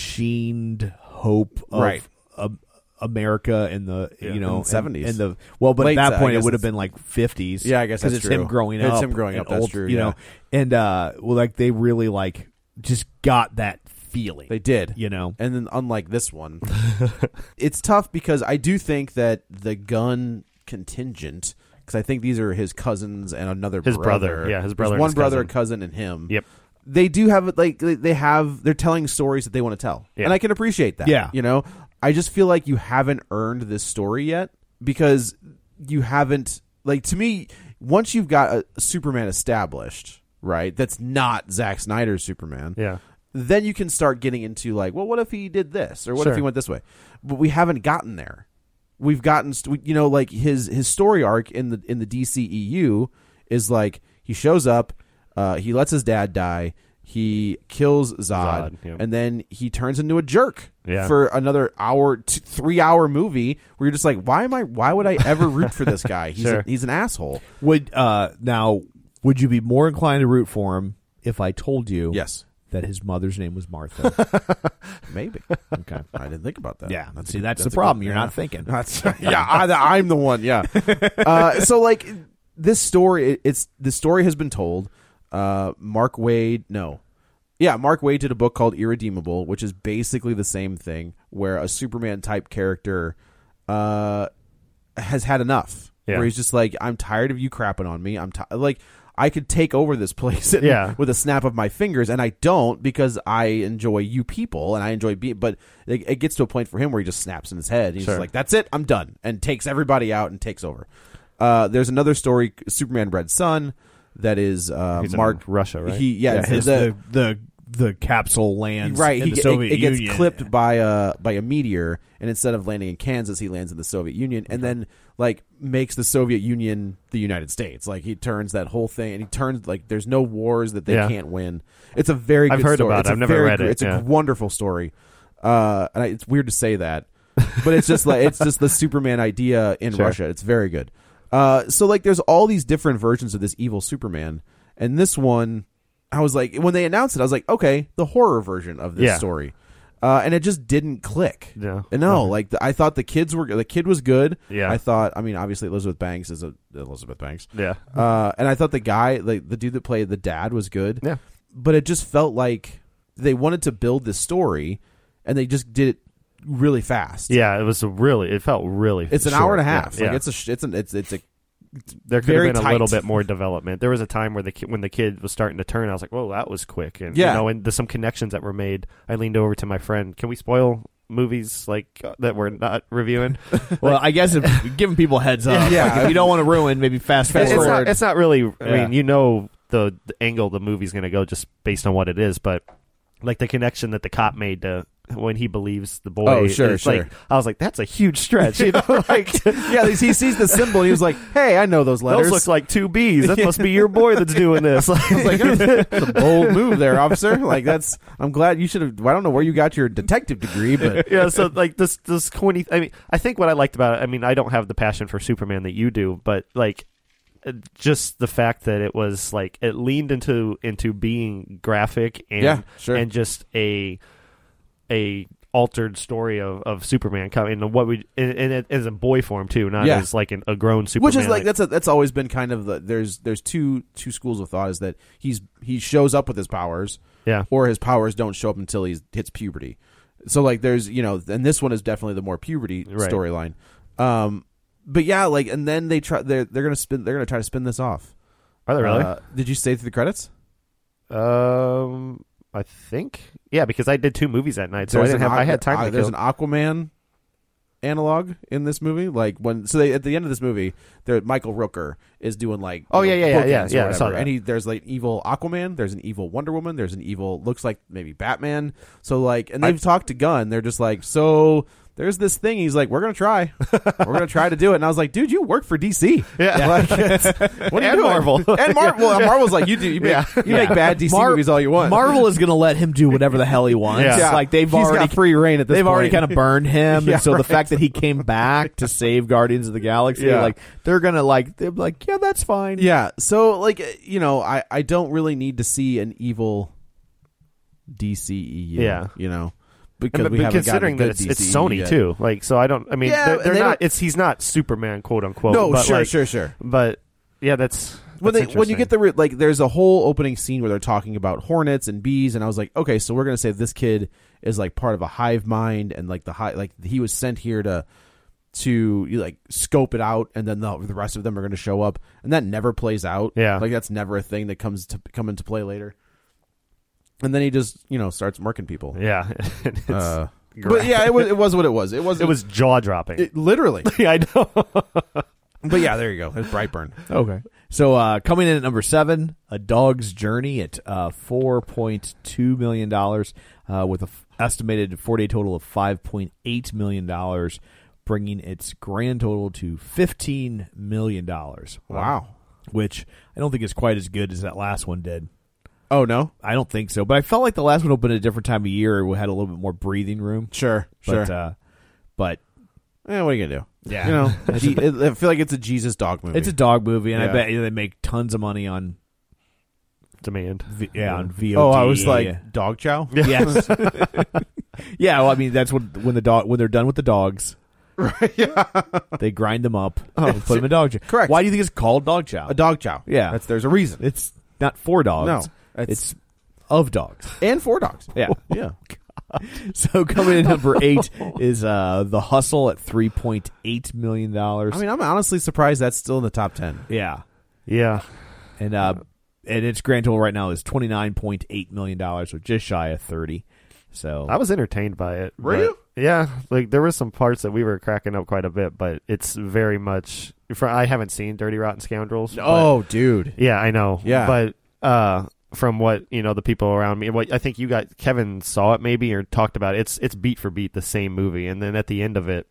Speaker 1: sheened hope of
Speaker 2: Right.
Speaker 1: of America in the you know
Speaker 2: In the
Speaker 1: and-
Speaker 2: 70s.
Speaker 1: and the well, but
Speaker 2: Late
Speaker 1: at
Speaker 2: se- I
Speaker 1: that point it
Speaker 2: guess
Speaker 1: would have
Speaker 2: it's-
Speaker 1: been like fifties.
Speaker 2: Yeah, I guess that's
Speaker 1: it's him
Speaker 2: true.
Speaker 1: growing
Speaker 2: It's
Speaker 1: up.
Speaker 2: him growing
Speaker 1: and
Speaker 2: up, that's
Speaker 1: old,
Speaker 2: true,
Speaker 1: You know, and uh, well, like they really like just got that feeling.
Speaker 2: They did.
Speaker 1: you know.
Speaker 2: And then unlike this one, it's tough because I do think that the gun contingent because I think these are his cousins and another
Speaker 3: His
Speaker 2: brother.
Speaker 3: brother. Yeah, his
Speaker 2: There's
Speaker 3: brother and
Speaker 2: one
Speaker 3: his
Speaker 2: brother,
Speaker 3: cousin.
Speaker 2: cousin, and him.
Speaker 3: Yep.
Speaker 2: They do have like they- they have they're telling stories that they want to tell,
Speaker 3: Yeah.
Speaker 2: and I can appreciate that.
Speaker 1: Yeah.
Speaker 2: you know, I just feel like you haven't earned this story yet because you haven't like to me once you've got a, a Superman established, right? That's not Zack Snyder's Superman
Speaker 3: Yeah.
Speaker 2: then you can start getting into like, well, what if he did this or what
Speaker 3: Sure.
Speaker 2: if he went this way? But we haven't gotten there. We've gotten, st- we- you know, like his his story arc in the in the DCEU is like he shows up, uh, he lets his dad die, he kills Zod,
Speaker 3: Zod, yeah.
Speaker 2: and then he turns into a jerk
Speaker 3: Yeah.
Speaker 2: for another hour, t- three hour movie where you're just like, why am I? Why would I ever root for this guy? He's
Speaker 3: Sure.
Speaker 2: a, he's an asshole.
Speaker 1: Would uh now would you be more inclined to root for him if I told you
Speaker 2: Yes,
Speaker 1: that his mother's name was Martha?
Speaker 2: maybe.
Speaker 1: okay.
Speaker 2: I didn't think about that.
Speaker 1: Yeah.
Speaker 2: a
Speaker 1: See,
Speaker 2: good-
Speaker 1: that's the
Speaker 2: a good-
Speaker 1: problem. You're not
Speaker 2: yeah.
Speaker 1: thinking.
Speaker 2: That's, yeah, I, I'm the one. Yeah. Uh, so like this story, it- it's the story has been told. Uh, Mark Wade, no, yeah, Mark Wade did a book called Irredeemable, which is basically the same thing, where a Superman type character uh, has had enough.
Speaker 3: Yeah.
Speaker 2: Where he's just like, I'm tired of you crapping on me. I'm ti like. I could take over this place
Speaker 3: Yeah.
Speaker 2: with a snap of my fingers, and I don't because I enjoy you people and I enjoy being. But it, it gets to a point for him where he just snaps in his head. And he's just
Speaker 3: Sure.
Speaker 2: like, "That's it, I'm done," and takes everybody out and takes over. Uh, there's another story, Superman Red Sun, that is uh,
Speaker 3: He's in
Speaker 2: Mark
Speaker 3: Russia, right?
Speaker 2: He yeah,
Speaker 1: Yeah,
Speaker 2: it's-
Speaker 1: his,
Speaker 2: the-
Speaker 1: the, the the capsule lands
Speaker 2: right
Speaker 1: in
Speaker 2: he,
Speaker 1: the
Speaker 2: it-
Speaker 1: Soviet
Speaker 2: it, gets
Speaker 1: Union.
Speaker 2: clipped by a by a meteor and instead of landing in kansas he lands in the soviet union and then like makes the soviet union the united states like he turns that whole thing and he turns like there's no wars that they
Speaker 3: Yeah.
Speaker 2: can't win it's a very
Speaker 3: I've
Speaker 2: good
Speaker 3: heard
Speaker 2: story.
Speaker 3: about it.
Speaker 2: It's a
Speaker 3: I've never
Speaker 2: very
Speaker 3: read
Speaker 2: gr-
Speaker 3: it,
Speaker 2: it's
Speaker 3: yeah.
Speaker 2: a wonderful story uh and I, it's weird to say that but it's just like it's just the superman idea in
Speaker 3: Sure.
Speaker 2: russia it's very good uh so like there's all these different versions of this evil superman and this one I was like, when they announced it, I was like, okay, the horror version of this
Speaker 3: Yeah.
Speaker 2: story, uh, and it just didn't click.
Speaker 3: Yeah.
Speaker 2: And no, like the, I thought the kids were the kid was good.
Speaker 3: Yeah.
Speaker 2: I thought. I mean, obviously Elizabeth Banks is a Elizabeth Banks.
Speaker 3: Yeah.
Speaker 2: Uh, and I thought the guy, like the dude that played the dad, was good.
Speaker 3: Yeah.
Speaker 2: But it just felt like they wanted to build this story, and they just did it really fast.
Speaker 3: Yeah. It was a really. It felt really.
Speaker 2: It's an
Speaker 3: short.
Speaker 2: hour and a half.
Speaker 3: Yeah.
Speaker 2: Like
Speaker 3: yeah.
Speaker 2: it's a sh- it's an it's it's a
Speaker 3: there could have
Speaker 2: very
Speaker 3: been a little
Speaker 2: tight.
Speaker 3: bit more development. There was a time where the ki- when the kid was starting to turn, I was like, "Whoa, that was quick!" And
Speaker 2: Yeah.
Speaker 3: you know, and there's some connections that were made. I leaned over to my friend. Can we spoil movies like uh, that we're not reviewing?
Speaker 1: Well, I guess if, giving people heads up.
Speaker 2: Yeah.
Speaker 1: Like, if you don't want to ruin, maybe fast
Speaker 3: it's,
Speaker 1: forward.
Speaker 3: not, it's not really. I
Speaker 1: Yeah.
Speaker 3: mean, you know the, the angle the movie's going to go just based on what it is, but like the connection that the cop made to when he believes the boy.
Speaker 2: Oh, sure,
Speaker 3: it's
Speaker 2: sure.
Speaker 3: Like, I was like, that's a huge stretch. You know, like
Speaker 2: yeah. He sees the symbol. And he was like, "Hey, I know those letters."
Speaker 3: those look like two B's. That must be your boy that's doing this.
Speaker 2: like that's a bold move there, officer. Like that's I'm glad you should have. I don't know where you got your detective degree, but
Speaker 3: yeah, so like this this corny. I mean, I think what I liked about it. I mean, I don't have the passion for Superman that you do, but like uh, just the fact that it was like it leaned into into being graphic and
Speaker 2: Yeah, sure.
Speaker 3: and just a a altered story of, of Superman coming and what we and, and it as a boy form too, not
Speaker 2: Yeah.
Speaker 3: as like an, a grown Superman.
Speaker 2: Which is like that's a, that's always been kind of the there's there's two two schools of thought is that he's he shows up with his powers,
Speaker 3: Yeah.
Speaker 2: or his powers don't show up until he hits puberty. So like there's you know and this one is definitely the more puberty
Speaker 3: Right.
Speaker 2: storyline. Um, but yeah, like and then they try they're they're gonna spin they're gonna try to spin this off.
Speaker 3: Are they Oh, really?
Speaker 2: Uh, did you stay through the credits?
Speaker 3: um, I think yeah, because I did two movies that night, so I
Speaker 2: There's
Speaker 3: didn't
Speaker 2: an
Speaker 3: have I
Speaker 2: Aqua-
Speaker 3: had time.
Speaker 2: uh,
Speaker 3: to
Speaker 2: there's
Speaker 3: kill.
Speaker 2: an Aquaman analog in this movie. Like when so they, at the end of this movie, there Michael Rooker is doing like
Speaker 3: Oh,
Speaker 2: you
Speaker 3: yeah,
Speaker 2: know,
Speaker 3: yeah, yeah,
Speaker 2: bookends
Speaker 3: yeah,
Speaker 2: or
Speaker 3: yeah, I saw
Speaker 2: whatever.
Speaker 3: that.
Speaker 2: And he there's like evil Aquaman. There's an evil Wonder Woman. There's an evil looks like maybe Batman. So like and they've talked to Gunn. They're just like so. There's this thing. He's like, we're gonna try. we're gonna try to do it. And I was like, dude, you work for DC.
Speaker 3: Yeah.
Speaker 2: Like, it's- what are you
Speaker 3: And
Speaker 2: doing?
Speaker 3: Marvel.
Speaker 2: and Marvel. and Marvel's like, you do. You make,
Speaker 3: Yeah.
Speaker 2: you make bad DC
Speaker 1: Mar-
Speaker 2: movies all you want.
Speaker 1: Marvel is going to let him do whatever the hell he wants.
Speaker 3: Yeah. Yeah.
Speaker 1: Like they've
Speaker 2: He's
Speaker 1: already
Speaker 2: got free reign at this
Speaker 1: They've already
Speaker 2: point.
Speaker 1: kind of burned him,
Speaker 2: Yeah,
Speaker 1: and so the
Speaker 2: right.
Speaker 1: fact that he came back to save Guardians of the Galaxy,
Speaker 2: Yeah.
Speaker 1: like they're going to like they're like yeah, that's fine.
Speaker 2: Yeah. So like uh, you know, I I don't really need to see an evil DCEU.
Speaker 3: Yeah.
Speaker 2: You know,
Speaker 3: And
Speaker 2: because
Speaker 3: but-
Speaker 2: we
Speaker 3: but
Speaker 2: haven't
Speaker 3: considering that
Speaker 2: gotten a
Speaker 3: it's,
Speaker 2: good
Speaker 3: it's
Speaker 2: DCEU
Speaker 3: Sony
Speaker 2: yet.
Speaker 3: too, like so I don't. I mean,
Speaker 2: Yeah,
Speaker 3: they're, they're
Speaker 2: and they
Speaker 3: not.
Speaker 2: don't-
Speaker 3: It's he's not Superman, quote unquote.
Speaker 2: No,
Speaker 3: but
Speaker 2: sure,
Speaker 3: like-
Speaker 2: sure, sure.
Speaker 3: But yeah, that's,
Speaker 2: When
Speaker 3: that's
Speaker 2: they when you
Speaker 3: interesting.
Speaker 2: get the re- like, there's a whole opening scene where they're talking about hornets and bees, and I was like, okay, so we're gonna say this kid is like part of a hive mind, and like the high like he was sent here to to you, like scope it out and then the, the rest of them are going to show up and that never plays out
Speaker 3: Yeah.
Speaker 2: like that's never a thing that comes to come into play later and then he just you know starts murking people
Speaker 3: yeah, it's,
Speaker 2: Uh,
Speaker 3: gra-
Speaker 2: but yeah, it was it was what it was. It was
Speaker 3: it was jaw dropping.
Speaker 2: it- literally.
Speaker 3: Yeah, I know.
Speaker 2: but yeah, there you go. It's Brightburn.
Speaker 1: Okay. So uh, coming in at number seven, A Dog's Journey at uh, four point two million dollars, uh, with an estimated four day total of five point eight million dollars, bringing its grand total to fifteen million dollars. Um,
Speaker 2: Wow.
Speaker 1: Which I don't think is quite as good as that last one did.
Speaker 2: Oh no.
Speaker 1: I don't think so, but I felt like the last one opened at a different time of year. We had a little bit more breathing room.
Speaker 2: Sure. Sure.
Speaker 1: But, uh, but
Speaker 2: yeah, Eh, what are you gonna do?
Speaker 1: Yeah.
Speaker 2: You know, Je- it- I feel like it's a Jesus dog movie.
Speaker 1: it's a dog movie, and I
Speaker 2: Yeah.
Speaker 1: bet you they make tons of money on
Speaker 3: Demand.
Speaker 1: V- yeah on VOD.
Speaker 2: oh, I was
Speaker 1: E.
Speaker 2: like dog chow.
Speaker 1: Yes. yeah, well, I mean that's when when the dog when they're done with the dogs, right? Yeah, they grind them up and put them in dog chow.
Speaker 2: Oh, Correct.
Speaker 1: Why do you think it's called dog chow?
Speaker 2: A dog chow.
Speaker 1: Yeah.
Speaker 2: That's there's a reason.
Speaker 1: It's not for dogs.
Speaker 2: No,
Speaker 1: it's,
Speaker 2: it's-
Speaker 1: of dogs.
Speaker 2: and four dogs.
Speaker 1: Yeah.
Speaker 2: Yeah.
Speaker 1: So coming in number eight is uh the hustle at three point eight million dollars.
Speaker 2: I mean, I'm honestly surprised that's still in the top ten.
Speaker 1: yeah,
Speaker 3: Yeah,
Speaker 1: and uh and its grand total right now is twenty nine point eight million dollars, or just shy of thirty. So
Speaker 3: I was entertained by it.
Speaker 2: Were
Speaker 3: but-
Speaker 2: you?
Speaker 3: Yeah, like there were some parts that we were cracking up quite a bit, but it's very much. For, I haven't seen Dirty Rotten Scoundrels. but-
Speaker 2: Oh, dude.
Speaker 3: Yeah, I know.
Speaker 2: Yeah.
Speaker 3: but uh, from what you know, the people around me, what I think you got, Kevin saw it maybe or talked about it. It's it's beat for beat the same movie, and then at the end of it,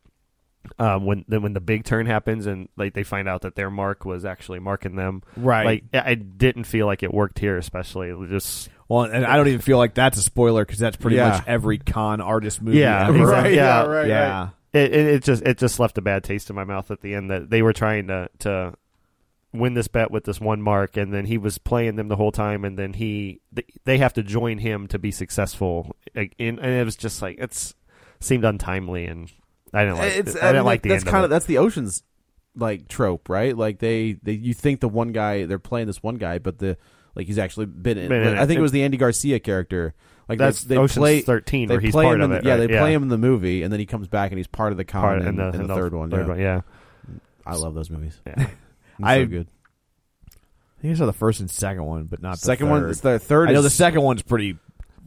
Speaker 3: um, when then when the big turn happens and like they find out that their mark was actually marking them,
Speaker 1: Right.
Speaker 3: Like I I didn't feel like it worked here, especially It was just
Speaker 1: well, and I don't even feel like that's a spoiler because that's pretty
Speaker 2: Yeah.
Speaker 1: much every con artist movie.
Speaker 3: Yeah,
Speaker 1: ever.
Speaker 3: exactly. Yeah,
Speaker 2: right.
Speaker 1: yeah.
Speaker 3: it, it, it just it just left a bad taste in my mouth at the end that they were trying to to win this bet with this one mark and then he was playing them the whole time and then he th- they have to join him to be successful like, in, and it was just like it's seemed untimely and I didn't like
Speaker 2: it's,
Speaker 3: I didn't
Speaker 2: mean,
Speaker 3: like the
Speaker 2: that's
Speaker 3: end
Speaker 2: kind
Speaker 3: of it.
Speaker 2: that's the oceans like trope, right? Like they, they you think the one guy they're playing this one guy, but the like he's actually been in.
Speaker 3: Been in
Speaker 2: I think
Speaker 3: it.
Speaker 2: it was the Andy Garcia character. Like
Speaker 3: That's
Speaker 2: they, they
Speaker 3: Ocean's
Speaker 2: play
Speaker 3: 13
Speaker 2: they
Speaker 3: where he's
Speaker 2: play
Speaker 3: part
Speaker 2: him
Speaker 3: of
Speaker 2: in
Speaker 3: it,
Speaker 2: the- Yeah,
Speaker 3: right?
Speaker 2: they
Speaker 3: Yeah.
Speaker 2: play him in the movie, and then he comes back and he's part of the con
Speaker 3: Part-
Speaker 2: in,
Speaker 3: and the-
Speaker 2: in
Speaker 3: and
Speaker 2: the, third one.
Speaker 3: third
Speaker 2: yeah.
Speaker 3: one yeah
Speaker 2: I love those movies.
Speaker 3: yeah
Speaker 2: They're
Speaker 1: I-
Speaker 2: so good.
Speaker 1: I think I saw the first and second one, but not the
Speaker 2: Second
Speaker 1: third.
Speaker 2: one, it's the third.
Speaker 1: I know
Speaker 2: is-
Speaker 1: the second one's pretty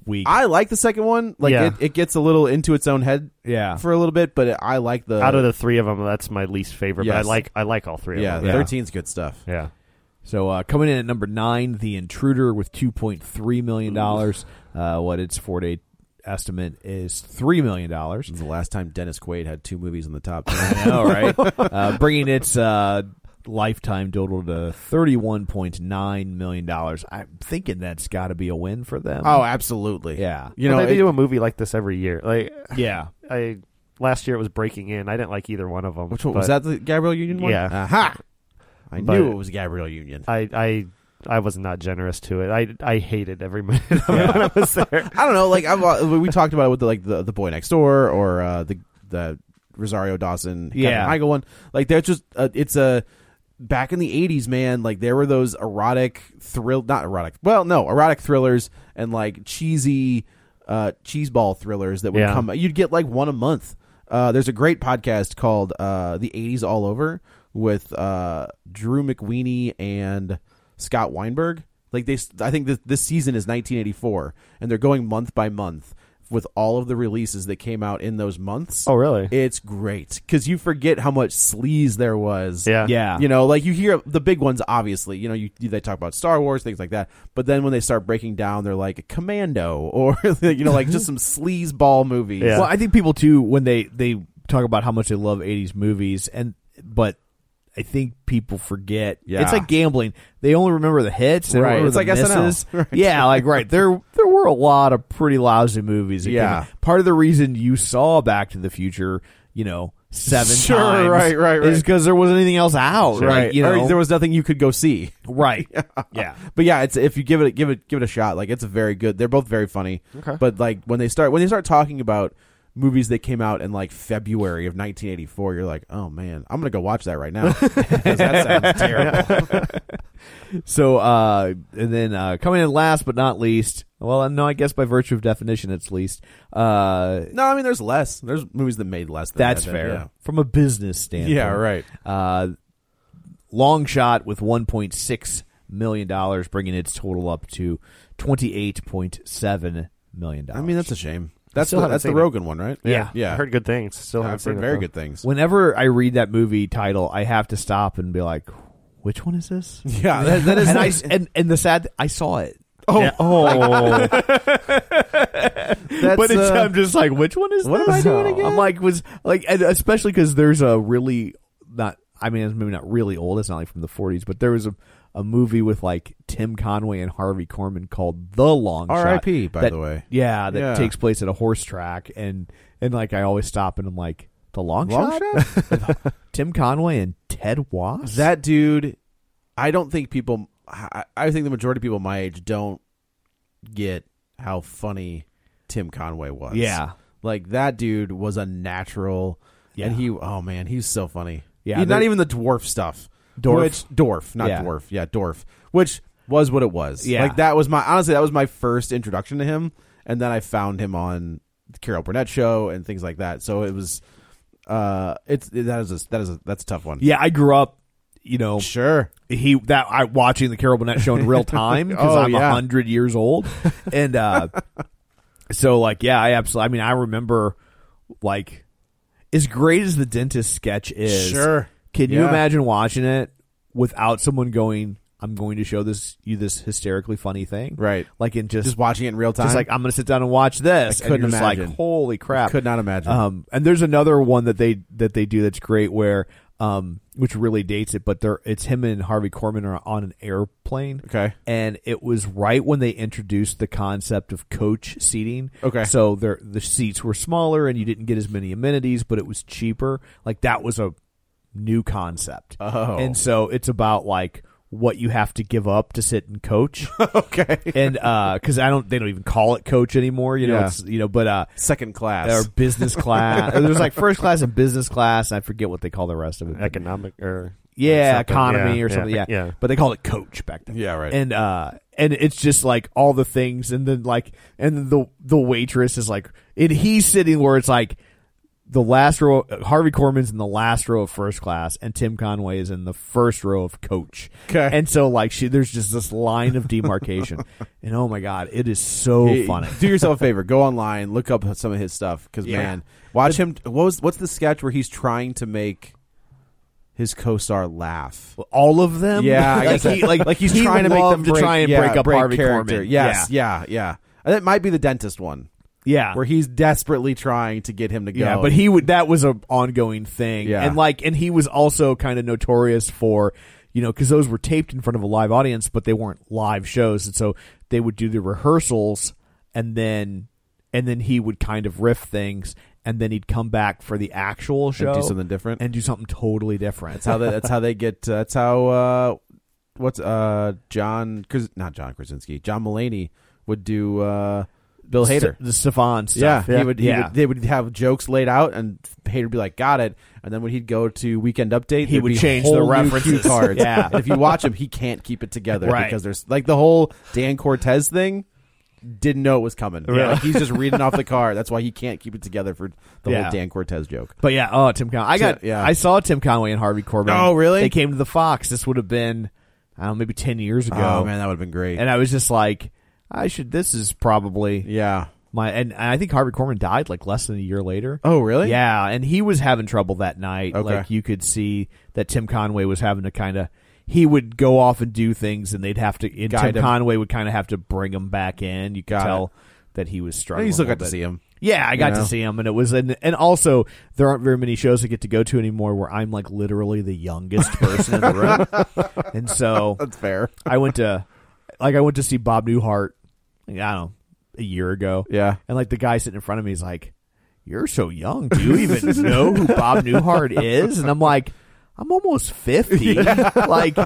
Speaker 1: weak.
Speaker 2: I like the second one. Like
Speaker 3: Yeah.
Speaker 2: it, it gets a little into its own head
Speaker 1: yeah,
Speaker 2: for a little bit, but I like the
Speaker 3: out of the three of them that's my least favorite but I
Speaker 2: Yes.
Speaker 3: like I like all three
Speaker 2: yeah,
Speaker 3: of them
Speaker 2: thirteen's good stuff.
Speaker 3: yeah
Speaker 1: So uh, coming in at number nine, The Intruder with two point three million dollars. Uh, what its four day estimate is three million dollars.
Speaker 2: This is the last time Dennis Quaid had two movies in the top.
Speaker 1: I know, right? uh, bringing its uh, lifetime total to thirty one point nine million dollars. I'm thinking that's got to be a win for them.
Speaker 2: oh, absolutely.
Speaker 1: Yeah.
Speaker 2: you
Speaker 3: Well,
Speaker 2: know,
Speaker 3: they
Speaker 2: it-
Speaker 3: do a movie like this every year like
Speaker 1: yeah.
Speaker 3: I last year it was Breaking In I didn't like either one of them
Speaker 2: Which one was that? The Gabriel Union one?
Speaker 3: Yeah.
Speaker 2: Aha! I
Speaker 3: But-
Speaker 2: knew it was Gabriel Union.
Speaker 3: I I I was not generous to it. I I hated every minute of it when I was there.
Speaker 2: I don't know. Like I've, uh, we talked about it with the, like the the boy next door or uh, the the Rosario Dawson, Kevin
Speaker 3: Yeah.
Speaker 2: Heigl one. Like they're just uh, it's a back in the '80s, man. Like there were those erotic thrill, not erotic. Well, no, erotic thrillers and like cheesy uh, cheeseball thrillers that would
Speaker 3: Yeah.
Speaker 2: come. You'd get like one a month. Uh, there's a great podcast called uh, "The '80s All Over" with uh, Drew McWeeny and Scott Weinberg. Like they, I think this, this season is 1984, and they're going month by month with all of the releases that came out in those months.
Speaker 3: Oh, really?
Speaker 2: It's great because you forget how much sleaze there was.
Speaker 3: Yeah.
Speaker 1: Yeah.
Speaker 2: You know, like you hear the big ones, obviously. You know, you, they talk about Star Wars, things like that. But then when they start breaking down, they're like Commando or, you know, like just some sleaze ball movies.
Speaker 3: Yeah.
Speaker 1: Well, I think people too when they they talk about how much they love '80s movies, and but I think people forget.
Speaker 2: Yeah.
Speaker 1: it's like gambling; they only remember the hits. They don't
Speaker 2: Right.
Speaker 1: remember
Speaker 2: It's
Speaker 1: the
Speaker 2: like SNL.
Speaker 1: misses.
Speaker 2: Right.
Speaker 1: Yeah, like right there there were a lot of pretty lousy movies. that came
Speaker 2: Yeah.
Speaker 1: out. part of the reason you saw Back to the Future, you know, seven
Speaker 2: Sure,
Speaker 1: times,
Speaker 2: right, right, right.
Speaker 1: is because there wasn't anything else out,
Speaker 2: Right.
Speaker 1: Like, you know,
Speaker 2: Or there was nothing you could go see.
Speaker 1: right, yeah.
Speaker 2: But yeah, it's if you give it give it give it a shot, like it's very good. They're both very funny. Okay. But like when they start when they start talking about movies that came out in like February of 1984, you're like, oh man, I'm gonna go watch that right now. 'Cause that sounds terrible.
Speaker 1: So, uh, and then uh, coming in last but not least, well, no, I guess by virtue of definition, it's least. Uh,
Speaker 2: no, I mean there's less. There's movies that made less. Than
Speaker 1: that's
Speaker 2: that,
Speaker 1: fair
Speaker 2: yeah.
Speaker 1: from a business
Speaker 2: Yeah.
Speaker 1: standpoint.
Speaker 2: right.
Speaker 1: Uh, long shot with 1.6 million dollars, bringing its total up to 28.7 million
Speaker 2: I
Speaker 1: dollars.
Speaker 2: mean that's a shame. That's
Speaker 3: still
Speaker 2: the,
Speaker 3: haven't
Speaker 2: that's the
Speaker 3: seen it.
Speaker 2: Rogan one, right?
Speaker 1: Yeah.
Speaker 2: yeah.
Speaker 3: I heard good things. Still haven't
Speaker 2: I've
Speaker 3: seen
Speaker 2: heard
Speaker 3: it,
Speaker 2: very
Speaker 3: though.
Speaker 2: good things.
Speaker 1: whenever I read that movie title, I have to stop and be like, which one is this?
Speaker 2: yeah, that, that is.
Speaker 1: and I and, and the sad, I saw it.
Speaker 3: Oh, oh.
Speaker 2: that's,
Speaker 1: but it's,
Speaker 2: uh,
Speaker 1: I'm just like, which one is
Speaker 2: what am
Speaker 1: this?
Speaker 2: I doing again?
Speaker 1: I'm like, was like, and especially because there's a really not. I mean, it's maybe not really old. It's not like from the 40s, but there was a a movie with like Tim Conway and Harvey Korman called The Long Shot.
Speaker 2: R.I.P., by
Speaker 1: that-
Speaker 2: the way.
Speaker 1: Yeah, that
Speaker 2: Yeah.
Speaker 1: takes place at a horse track, and and like I always stop and I'm like, The Long,
Speaker 2: Long
Speaker 1: Shot. Tim Conway and Ted Wass.
Speaker 2: That dude, I don't think people. I, I think the majority of people my age don't get how funny Tim Conway was.
Speaker 1: Yeah.
Speaker 2: like that dude was a natural.
Speaker 1: Yeah.
Speaker 2: and he. Oh man, he's so funny.
Speaker 1: Yeah,
Speaker 2: He- not
Speaker 1: there-
Speaker 2: even the dwarf stuff.
Speaker 1: Dwarf?
Speaker 2: which dwarf, not
Speaker 1: Yeah.
Speaker 2: dwarf. Yeah, dwarf, which was what it was.
Speaker 1: Yeah.
Speaker 2: like that was my honestly that was my first introduction to him, and then I found him on the Carol Burnett show and things like that. So it was. Uh, it's that is a, that is a, that's a tough one.
Speaker 1: yeah, I grew up. You know,
Speaker 2: sure.
Speaker 1: he that I watching the Carol Burnett show in real time because
Speaker 2: Oh,
Speaker 1: I'm a
Speaker 2: yeah.
Speaker 1: hundred years old, and uh, so like yeah, I absolutely. I mean, I remember like as great as the dentist sketch is.
Speaker 2: Sure.
Speaker 1: can you
Speaker 2: Yeah.
Speaker 1: imagine watching it without someone going? I'm going to show this you this hysterically funny thing,
Speaker 2: Right.
Speaker 1: Like in just
Speaker 2: just watching it in real time.
Speaker 1: just like I'm going to sit down and watch this.
Speaker 2: I couldn't
Speaker 1: and you're just
Speaker 2: imagine.
Speaker 1: like, holy crap!
Speaker 2: Could not imagine.
Speaker 1: Um, and there's another one that they that they do that's great, where um, which really dates it, but they're it's him and Harvey Korman are on an airplane.
Speaker 2: Okay.
Speaker 1: and it was right when they introduced the concept of coach seating.
Speaker 2: Okay.
Speaker 1: so their the seats were smaller and you didn't get as many amenities, but it was cheaper. Like that was a new concept.
Speaker 2: Oh.
Speaker 1: and so it's about like what you have to give up to sit and coach
Speaker 2: okay,
Speaker 1: and uh because i don't they don't even call it coach anymore you know
Speaker 2: Yeah.
Speaker 1: it's you know but uh
Speaker 2: second class.
Speaker 1: or business class. There's like first class and business class, and I forget what they call the rest of it.
Speaker 3: Economic or
Speaker 1: yeah,
Speaker 3: something.
Speaker 1: economy
Speaker 3: Yeah,
Speaker 1: or something. Yeah.
Speaker 3: yeah.
Speaker 1: but they called it coach back then.
Speaker 2: Yeah, right.
Speaker 1: And uh, and it's just like all the things, and then like, and the the waitress is like, and he's sitting where it's like. The last row, Harvey Korman's in the last row of first class, and Tim Conway is in the first row of coach.
Speaker 2: Okay.
Speaker 1: and so like she, there's just this line of demarcation, and oh my god, it is so
Speaker 2: Hey,
Speaker 1: funny.
Speaker 2: Do yourself a favor. Go online, look up some of his stuff. Because
Speaker 1: Yeah.
Speaker 2: man, watch him. What was what's the sketch where he's trying to make his co-star laugh?
Speaker 1: all of them.
Speaker 2: Yeah, I
Speaker 1: Um, like,
Speaker 2: guess
Speaker 1: he,
Speaker 2: that-
Speaker 1: like,
Speaker 2: he's
Speaker 1: he
Speaker 2: trying to make them
Speaker 1: loved to
Speaker 2: break,
Speaker 1: try and
Speaker 2: yeah,
Speaker 1: break up Harvey
Speaker 2: character.
Speaker 1: Korman.
Speaker 2: Yes, yeah, yeah. And that might be the dentist one
Speaker 1: yeah,
Speaker 2: where he's desperately trying to get him to go.
Speaker 1: yeah. But he would that was an ongoing thing,
Speaker 2: Yeah.
Speaker 1: and like, and he was also kind of notorious for you know because those were taped in front of a live audience, but they weren't live shows, and so they would do the rehearsals, and then and then he would kind of riff things. and then he'd come back for the actual show
Speaker 2: something different?
Speaker 1: and do something totally different.
Speaker 2: That's how they, that's how they get. Uh, that's how uh, what's uh John Kras- not John Krasinski John Mulaney would do uh Bill Hader.
Speaker 1: the Stefan
Speaker 2: yeah,
Speaker 1: stuff.
Speaker 2: he would. He
Speaker 1: yeah.
Speaker 2: would, they would have jokes laid out, and Hader would be like, "Got it," and then when he'd go to Weekend Update,
Speaker 1: He
Speaker 2: there'd
Speaker 1: would
Speaker 2: be
Speaker 1: change
Speaker 2: whole
Speaker 1: the
Speaker 2: new cue
Speaker 1: references.
Speaker 2: cards.
Speaker 1: Yeah.
Speaker 2: and if you watch him, he can't keep it together
Speaker 1: Right.
Speaker 2: because there's like the whole Dan Cortez thing. Didn't know it was coming.
Speaker 1: Really?
Speaker 2: Like, he's just reading off the card. That's why he can't keep it together for the
Speaker 1: Yeah.
Speaker 2: whole Dan Cortez joke.
Speaker 1: But yeah, oh Tim Conway. I
Speaker 2: Tim-
Speaker 1: got
Speaker 2: yeah.
Speaker 1: I saw Tim Conway and Harvey Corbin.
Speaker 2: Oh, really?
Speaker 1: They came to the Fox. This would have been I don't know, maybe ten years ago.
Speaker 2: Oh man, that would have been great.
Speaker 1: And I was just like, I should this is probably
Speaker 2: yeah.
Speaker 1: my and I think Harvey Corbin died like less than a year later.
Speaker 2: Oh really?
Speaker 1: Yeah, and he was having trouble that night.
Speaker 2: Okay.
Speaker 1: Like you could see that Tim Conway was having to kind of he would go off and do things, and they'd have to. And
Speaker 2: Guide
Speaker 1: Tim
Speaker 2: him.
Speaker 1: Conway would kind of have to bring him back in. You could
Speaker 2: Got
Speaker 1: tell that he was struggling.
Speaker 2: you still
Speaker 1: a
Speaker 2: got
Speaker 1: little
Speaker 2: to
Speaker 1: bit.
Speaker 2: see him.
Speaker 1: Yeah, I
Speaker 2: you
Speaker 1: got
Speaker 2: know?
Speaker 1: to see him, and it was and and also there aren't very many shows I get to go to anymore where I'm like literally the youngest person in the room, and so
Speaker 2: That's fair.
Speaker 1: I went to like I went to see Bob Newhart. Like, I don't know a year ago.
Speaker 2: Yeah.
Speaker 1: And like the guy sitting in front of me is like, You're so young. Do you even know who Bob Newhart is? And I'm like, I'm almost 50. Like,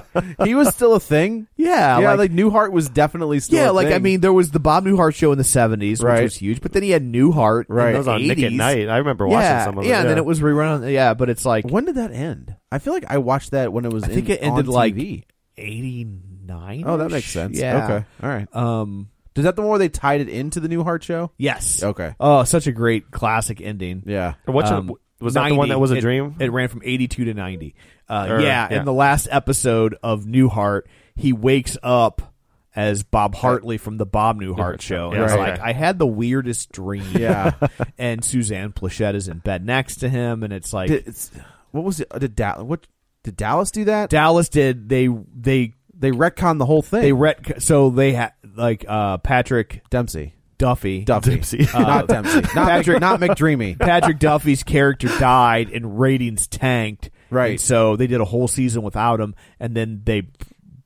Speaker 2: he was still a thing.
Speaker 1: yeah.
Speaker 2: yeah,
Speaker 1: like,
Speaker 2: like, Newhart was definitely still.
Speaker 1: yeah,
Speaker 2: a
Speaker 1: like I
Speaker 2: thing.
Speaker 1: mean, there was the Bob Newhart show in the 70s,
Speaker 2: Right.
Speaker 1: which was huge, but then he had Newhart.
Speaker 2: Right.
Speaker 1: In
Speaker 2: That
Speaker 1: the
Speaker 2: was
Speaker 3: on Oh, Nick at
Speaker 1: 80s.
Speaker 3: Night. I remember watching
Speaker 1: Yeah.
Speaker 3: some of it.
Speaker 1: yeah, and then it was rerun. on- Yeah, but it's like,
Speaker 2: when did that end? I feel like I watched that when it was.
Speaker 1: I think
Speaker 2: in-
Speaker 1: it ended
Speaker 2: on
Speaker 1: like
Speaker 2: TV.
Speaker 1: 89.
Speaker 2: Oh, that makes sense.
Speaker 1: Yeah.
Speaker 2: Okay. All right.
Speaker 1: Um,
Speaker 2: Is that the one where they tied it into the Newhart show?
Speaker 1: yes.
Speaker 2: Okay.
Speaker 1: Oh, such a great classic ending.
Speaker 2: Yeah.
Speaker 3: What's
Speaker 1: Um,
Speaker 3: it, was that the one
Speaker 1: 90.
Speaker 3: that was a
Speaker 1: It-
Speaker 3: dream?
Speaker 1: It ran from 82 to 90. Uh,
Speaker 3: Or-
Speaker 1: yeah,
Speaker 3: yeah.
Speaker 1: in the last episode of Newhart, he wakes up as Bob Hartley from the Bob Newhart show. And
Speaker 3: Yeah,
Speaker 1: it's
Speaker 3: right.
Speaker 1: like, I had the weirdest dream.
Speaker 2: Yeah.
Speaker 1: and Suzanne Plachette is in bed next to him, and it's like,
Speaker 2: Did, it's- what was it? Uh, Did Dallas? What did Dallas do that?
Speaker 1: Dallas did, they, they,
Speaker 2: they retconned the whole thing.
Speaker 1: they ret, so they had, like, uh, Patrick
Speaker 2: Dempsey.
Speaker 1: Duffy.
Speaker 2: Duffy. not Dempsey. Oh. Uh, Not Patrick. Not McDreamy.
Speaker 1: Patrick Duffy's character died and ratings tanked.
Speaker 2: Right.
Speaker 1: And so they did a whole season without him and then they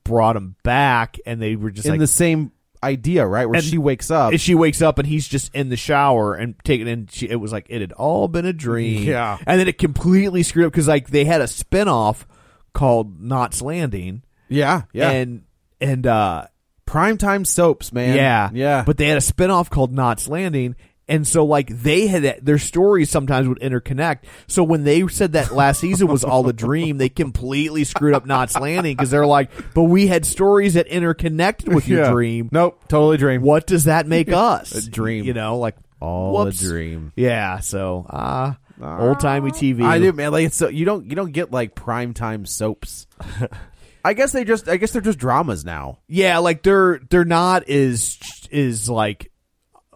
Speaker 1: brought him back and they were just
Speaker 2: in
Speaker 1: like
Speaker 2: the same idea, right? Where
Speaker 1: And-
Speaker 2: she wakes up.
Speaker 1: and she wakes up and he's just in the shower and taking and she, it was like it had all been a dream.
Speaker 2: Yeah.
Speaker 1: And then it completely screwed up cuz like they had a spinoff called Knots Landing
Speaker 2: yeah. Yeah.
Speaker 1: and and uh
Speaker 2: Primetime soaps, man.
Speaker 1: Yeah.
Speaker 2: Yeah.
Speaker 1: But they had a spinoff called Knots Landing. And so, like, they had their stories sometimes would interconnect. So, when they said that last season was all a dream, they completely screwed up Knots Landing because they're like, but we had stories that interconnected with your
Speaker 2: Yeah.
Speaker 1: dream.
Speaker 2: Nope. Totally dream.
Speaker 1: What does that make us?
Speaker 2: A dream.
Speaker 1: You know, like,
Speaker 2: All
Speaker 1: whoops.
Speaker 2: a dream.
Speaker 1: Yeah. So, ah, old timey TV.
Speaker 2: I do, man. Like it's so you don't you don't get like primetime soaps. I guess they just I guess they're just dramas now.
Speaker 1: Yeah, like they're they're not is is like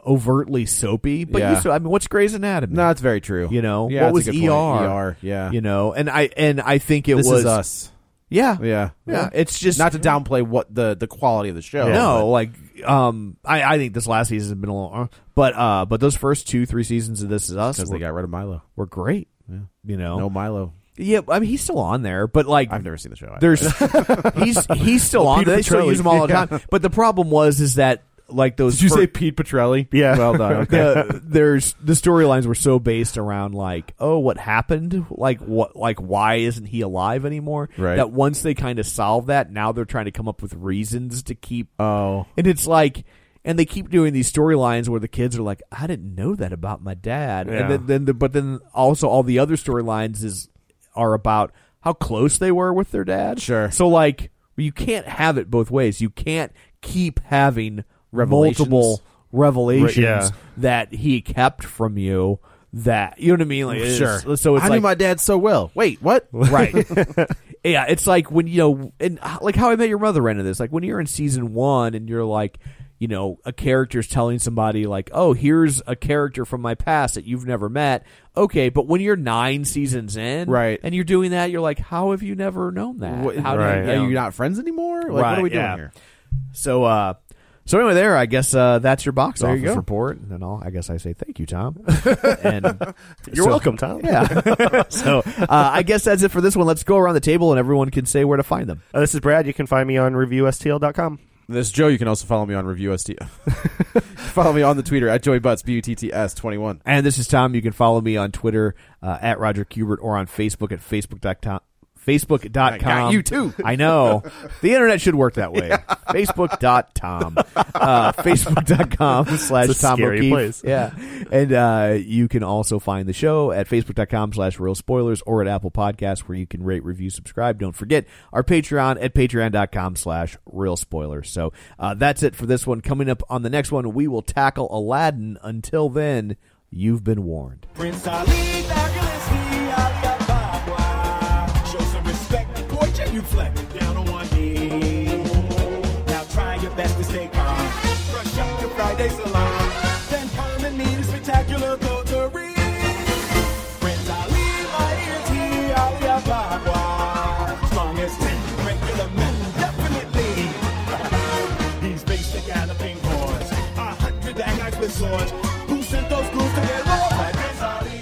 Speaker 1: overtly soapy, but
Speaker 2: Yeah.
Speaker 1: you still, I mean, what's Grey's Anatomy?
Speaker 2: No, that's very true.
Speaker 1: You know
Speaker 2: yeah,
Speaker 1: what was
Speaker 2: that's
Speaker 1: ER?
Speaker 2: a good point. ER, yeah.
Speaker 1: you know, and I and I think it
Speaker 2: this
Speaker 1: was
Speaker 2: is us.
Speaker 1: Yeah,
Speaker 2: Yeah,
Speaker 1: yeah. It's just
Speaker 2: Not to downplay what the the quality of the show.
Speaker 1: no, like um, I I think this last season has been a little, uh, but uh, but those first two three seasons of This Is Us
Speaker 2: because
Speaker 1: were,
Speaker 2: they got rid of Milo. Oh.
Speaker 1: were great. You know,
Speaker 2: No Milo.
Speaker 1: yeah, I mean he's still on there, but like
Speaker 2: I've never seen the show. either.
Speaker 1: there's he's he's still on
Speaker 2: Peter
Speaker 1: there. They still
Speaker 2: Petrelli.
Speaker 1: use him all the
Speaker 2: Yeah.
Speaker 1: time. But the problem was is that like those fir-
Speaker 2: Pete Petrelli?
Speaker 3: Yeah.
Speaker 2: Well done.
Speaker 1: the, there's the storylines were so based around like oh what happened like what like why isn't he alive anymore
Speaker 2: Right.
Speaker 1: that once they kind of solve that now they're trying to come up with reasons to keep
Speaker 2: oh,
Speaker 1: and it's like and they keep doing these storylines where the kids are like i didn't know that about my dad
Speaker 3: Yeah.
Speaker 1: and then, then the, but then also all the other storylines is are about how close they were with their dad
Speaker 2: Sure.
Speaker 1: so like you can't have it both ways you can't keep having
Speaker 2: Revelations.
Speaker 1: multiple revelations
Speaker 3: yeah.
Speaker 1: that he kept from you that you know what i mean like it's-
Speaker 2: sure.
Speaker 1: so it's
Speaker 2: I
Speaker 1: like
Speaker 2: knew my dad so well. Wait, what?
Speaker 1: right yeah it's like when you know and h- like how i met your mother ran into this like when you're in season one and you're like you know a character's telling somebody like oh here's a character from my past that you've never met okay but when you're nine seasons in
Speaker 2: Right.
Speaker 1: and you're doing that you're like how have you never known that
Speaker 2: What-
Speaker 1: how
Speaker 3: right.
Speaker 1: did,
Speaker 2: Are you not friends anymore? Like, what
Speaker 1: Right,
Speaker 2: are we doing
Speaker 1: yeah.
Speaker 2: here?
Speaker 1: so uh so anyway there i guess uh that's your box
Speaker 2: you
Speaker 1: office
Speaker 2: go.
Speaker 1: report and all i guess i say thank you tom and
Speaker 3: You're
Speaker 1: so-
Speaker 3: welcome, Tom.
Speaker 1: yeah so uh, i guess that's it for this one let's go around the table and everyone can say where to find them
Speaker 3: Uh, this is Brad. You can find me on reviewstl.com.
Speaker 2: This is Joe. You can also follow me on Review ST. follow me on the Twitter at Joey Butts B U T T S twenty one.
Speaker 1: And this is Tom. You can follow me on Twitter uh, at Roger Kubert or on Facebook at Facebook.com. Facebook.com.
Speaker 2: I got you too.
Speaker 1: I know. The internet should work that way. Facebook.com. Uh, Facebook.com slash
Speaker 3: It's a
Speaker 1: Tom
Speaker 3: scary
Speaker 1: O'Keefe.
Speaker 3: place.
Speaker 1: Yeah. And uh, you can also find the show at Facebook.com slash Real Spoilers or at Apple Podcasts where you can rate, review, subscribe. Don't forget our Patreon at Patreon.com slash Real Spoilers. So uh, that's it for this one. Coming up on the next one, we will tackle Aladdin. Until then, you've been warned.
Speaker 4: Prince Ali, fabulous, he Ali Ababa. Show some respect, boy, genuflect down on one knee. Now try your best to stay calm. Brush up your Friday salon. Then come and meet a spectacular coterie. Prince Ali, my ears, he Ali Ababa. Strong as ten regular men, definitely. He's basic galloping horse. A hundred daggers with swords. Who sent those crews to their lord? Like Prince Ali.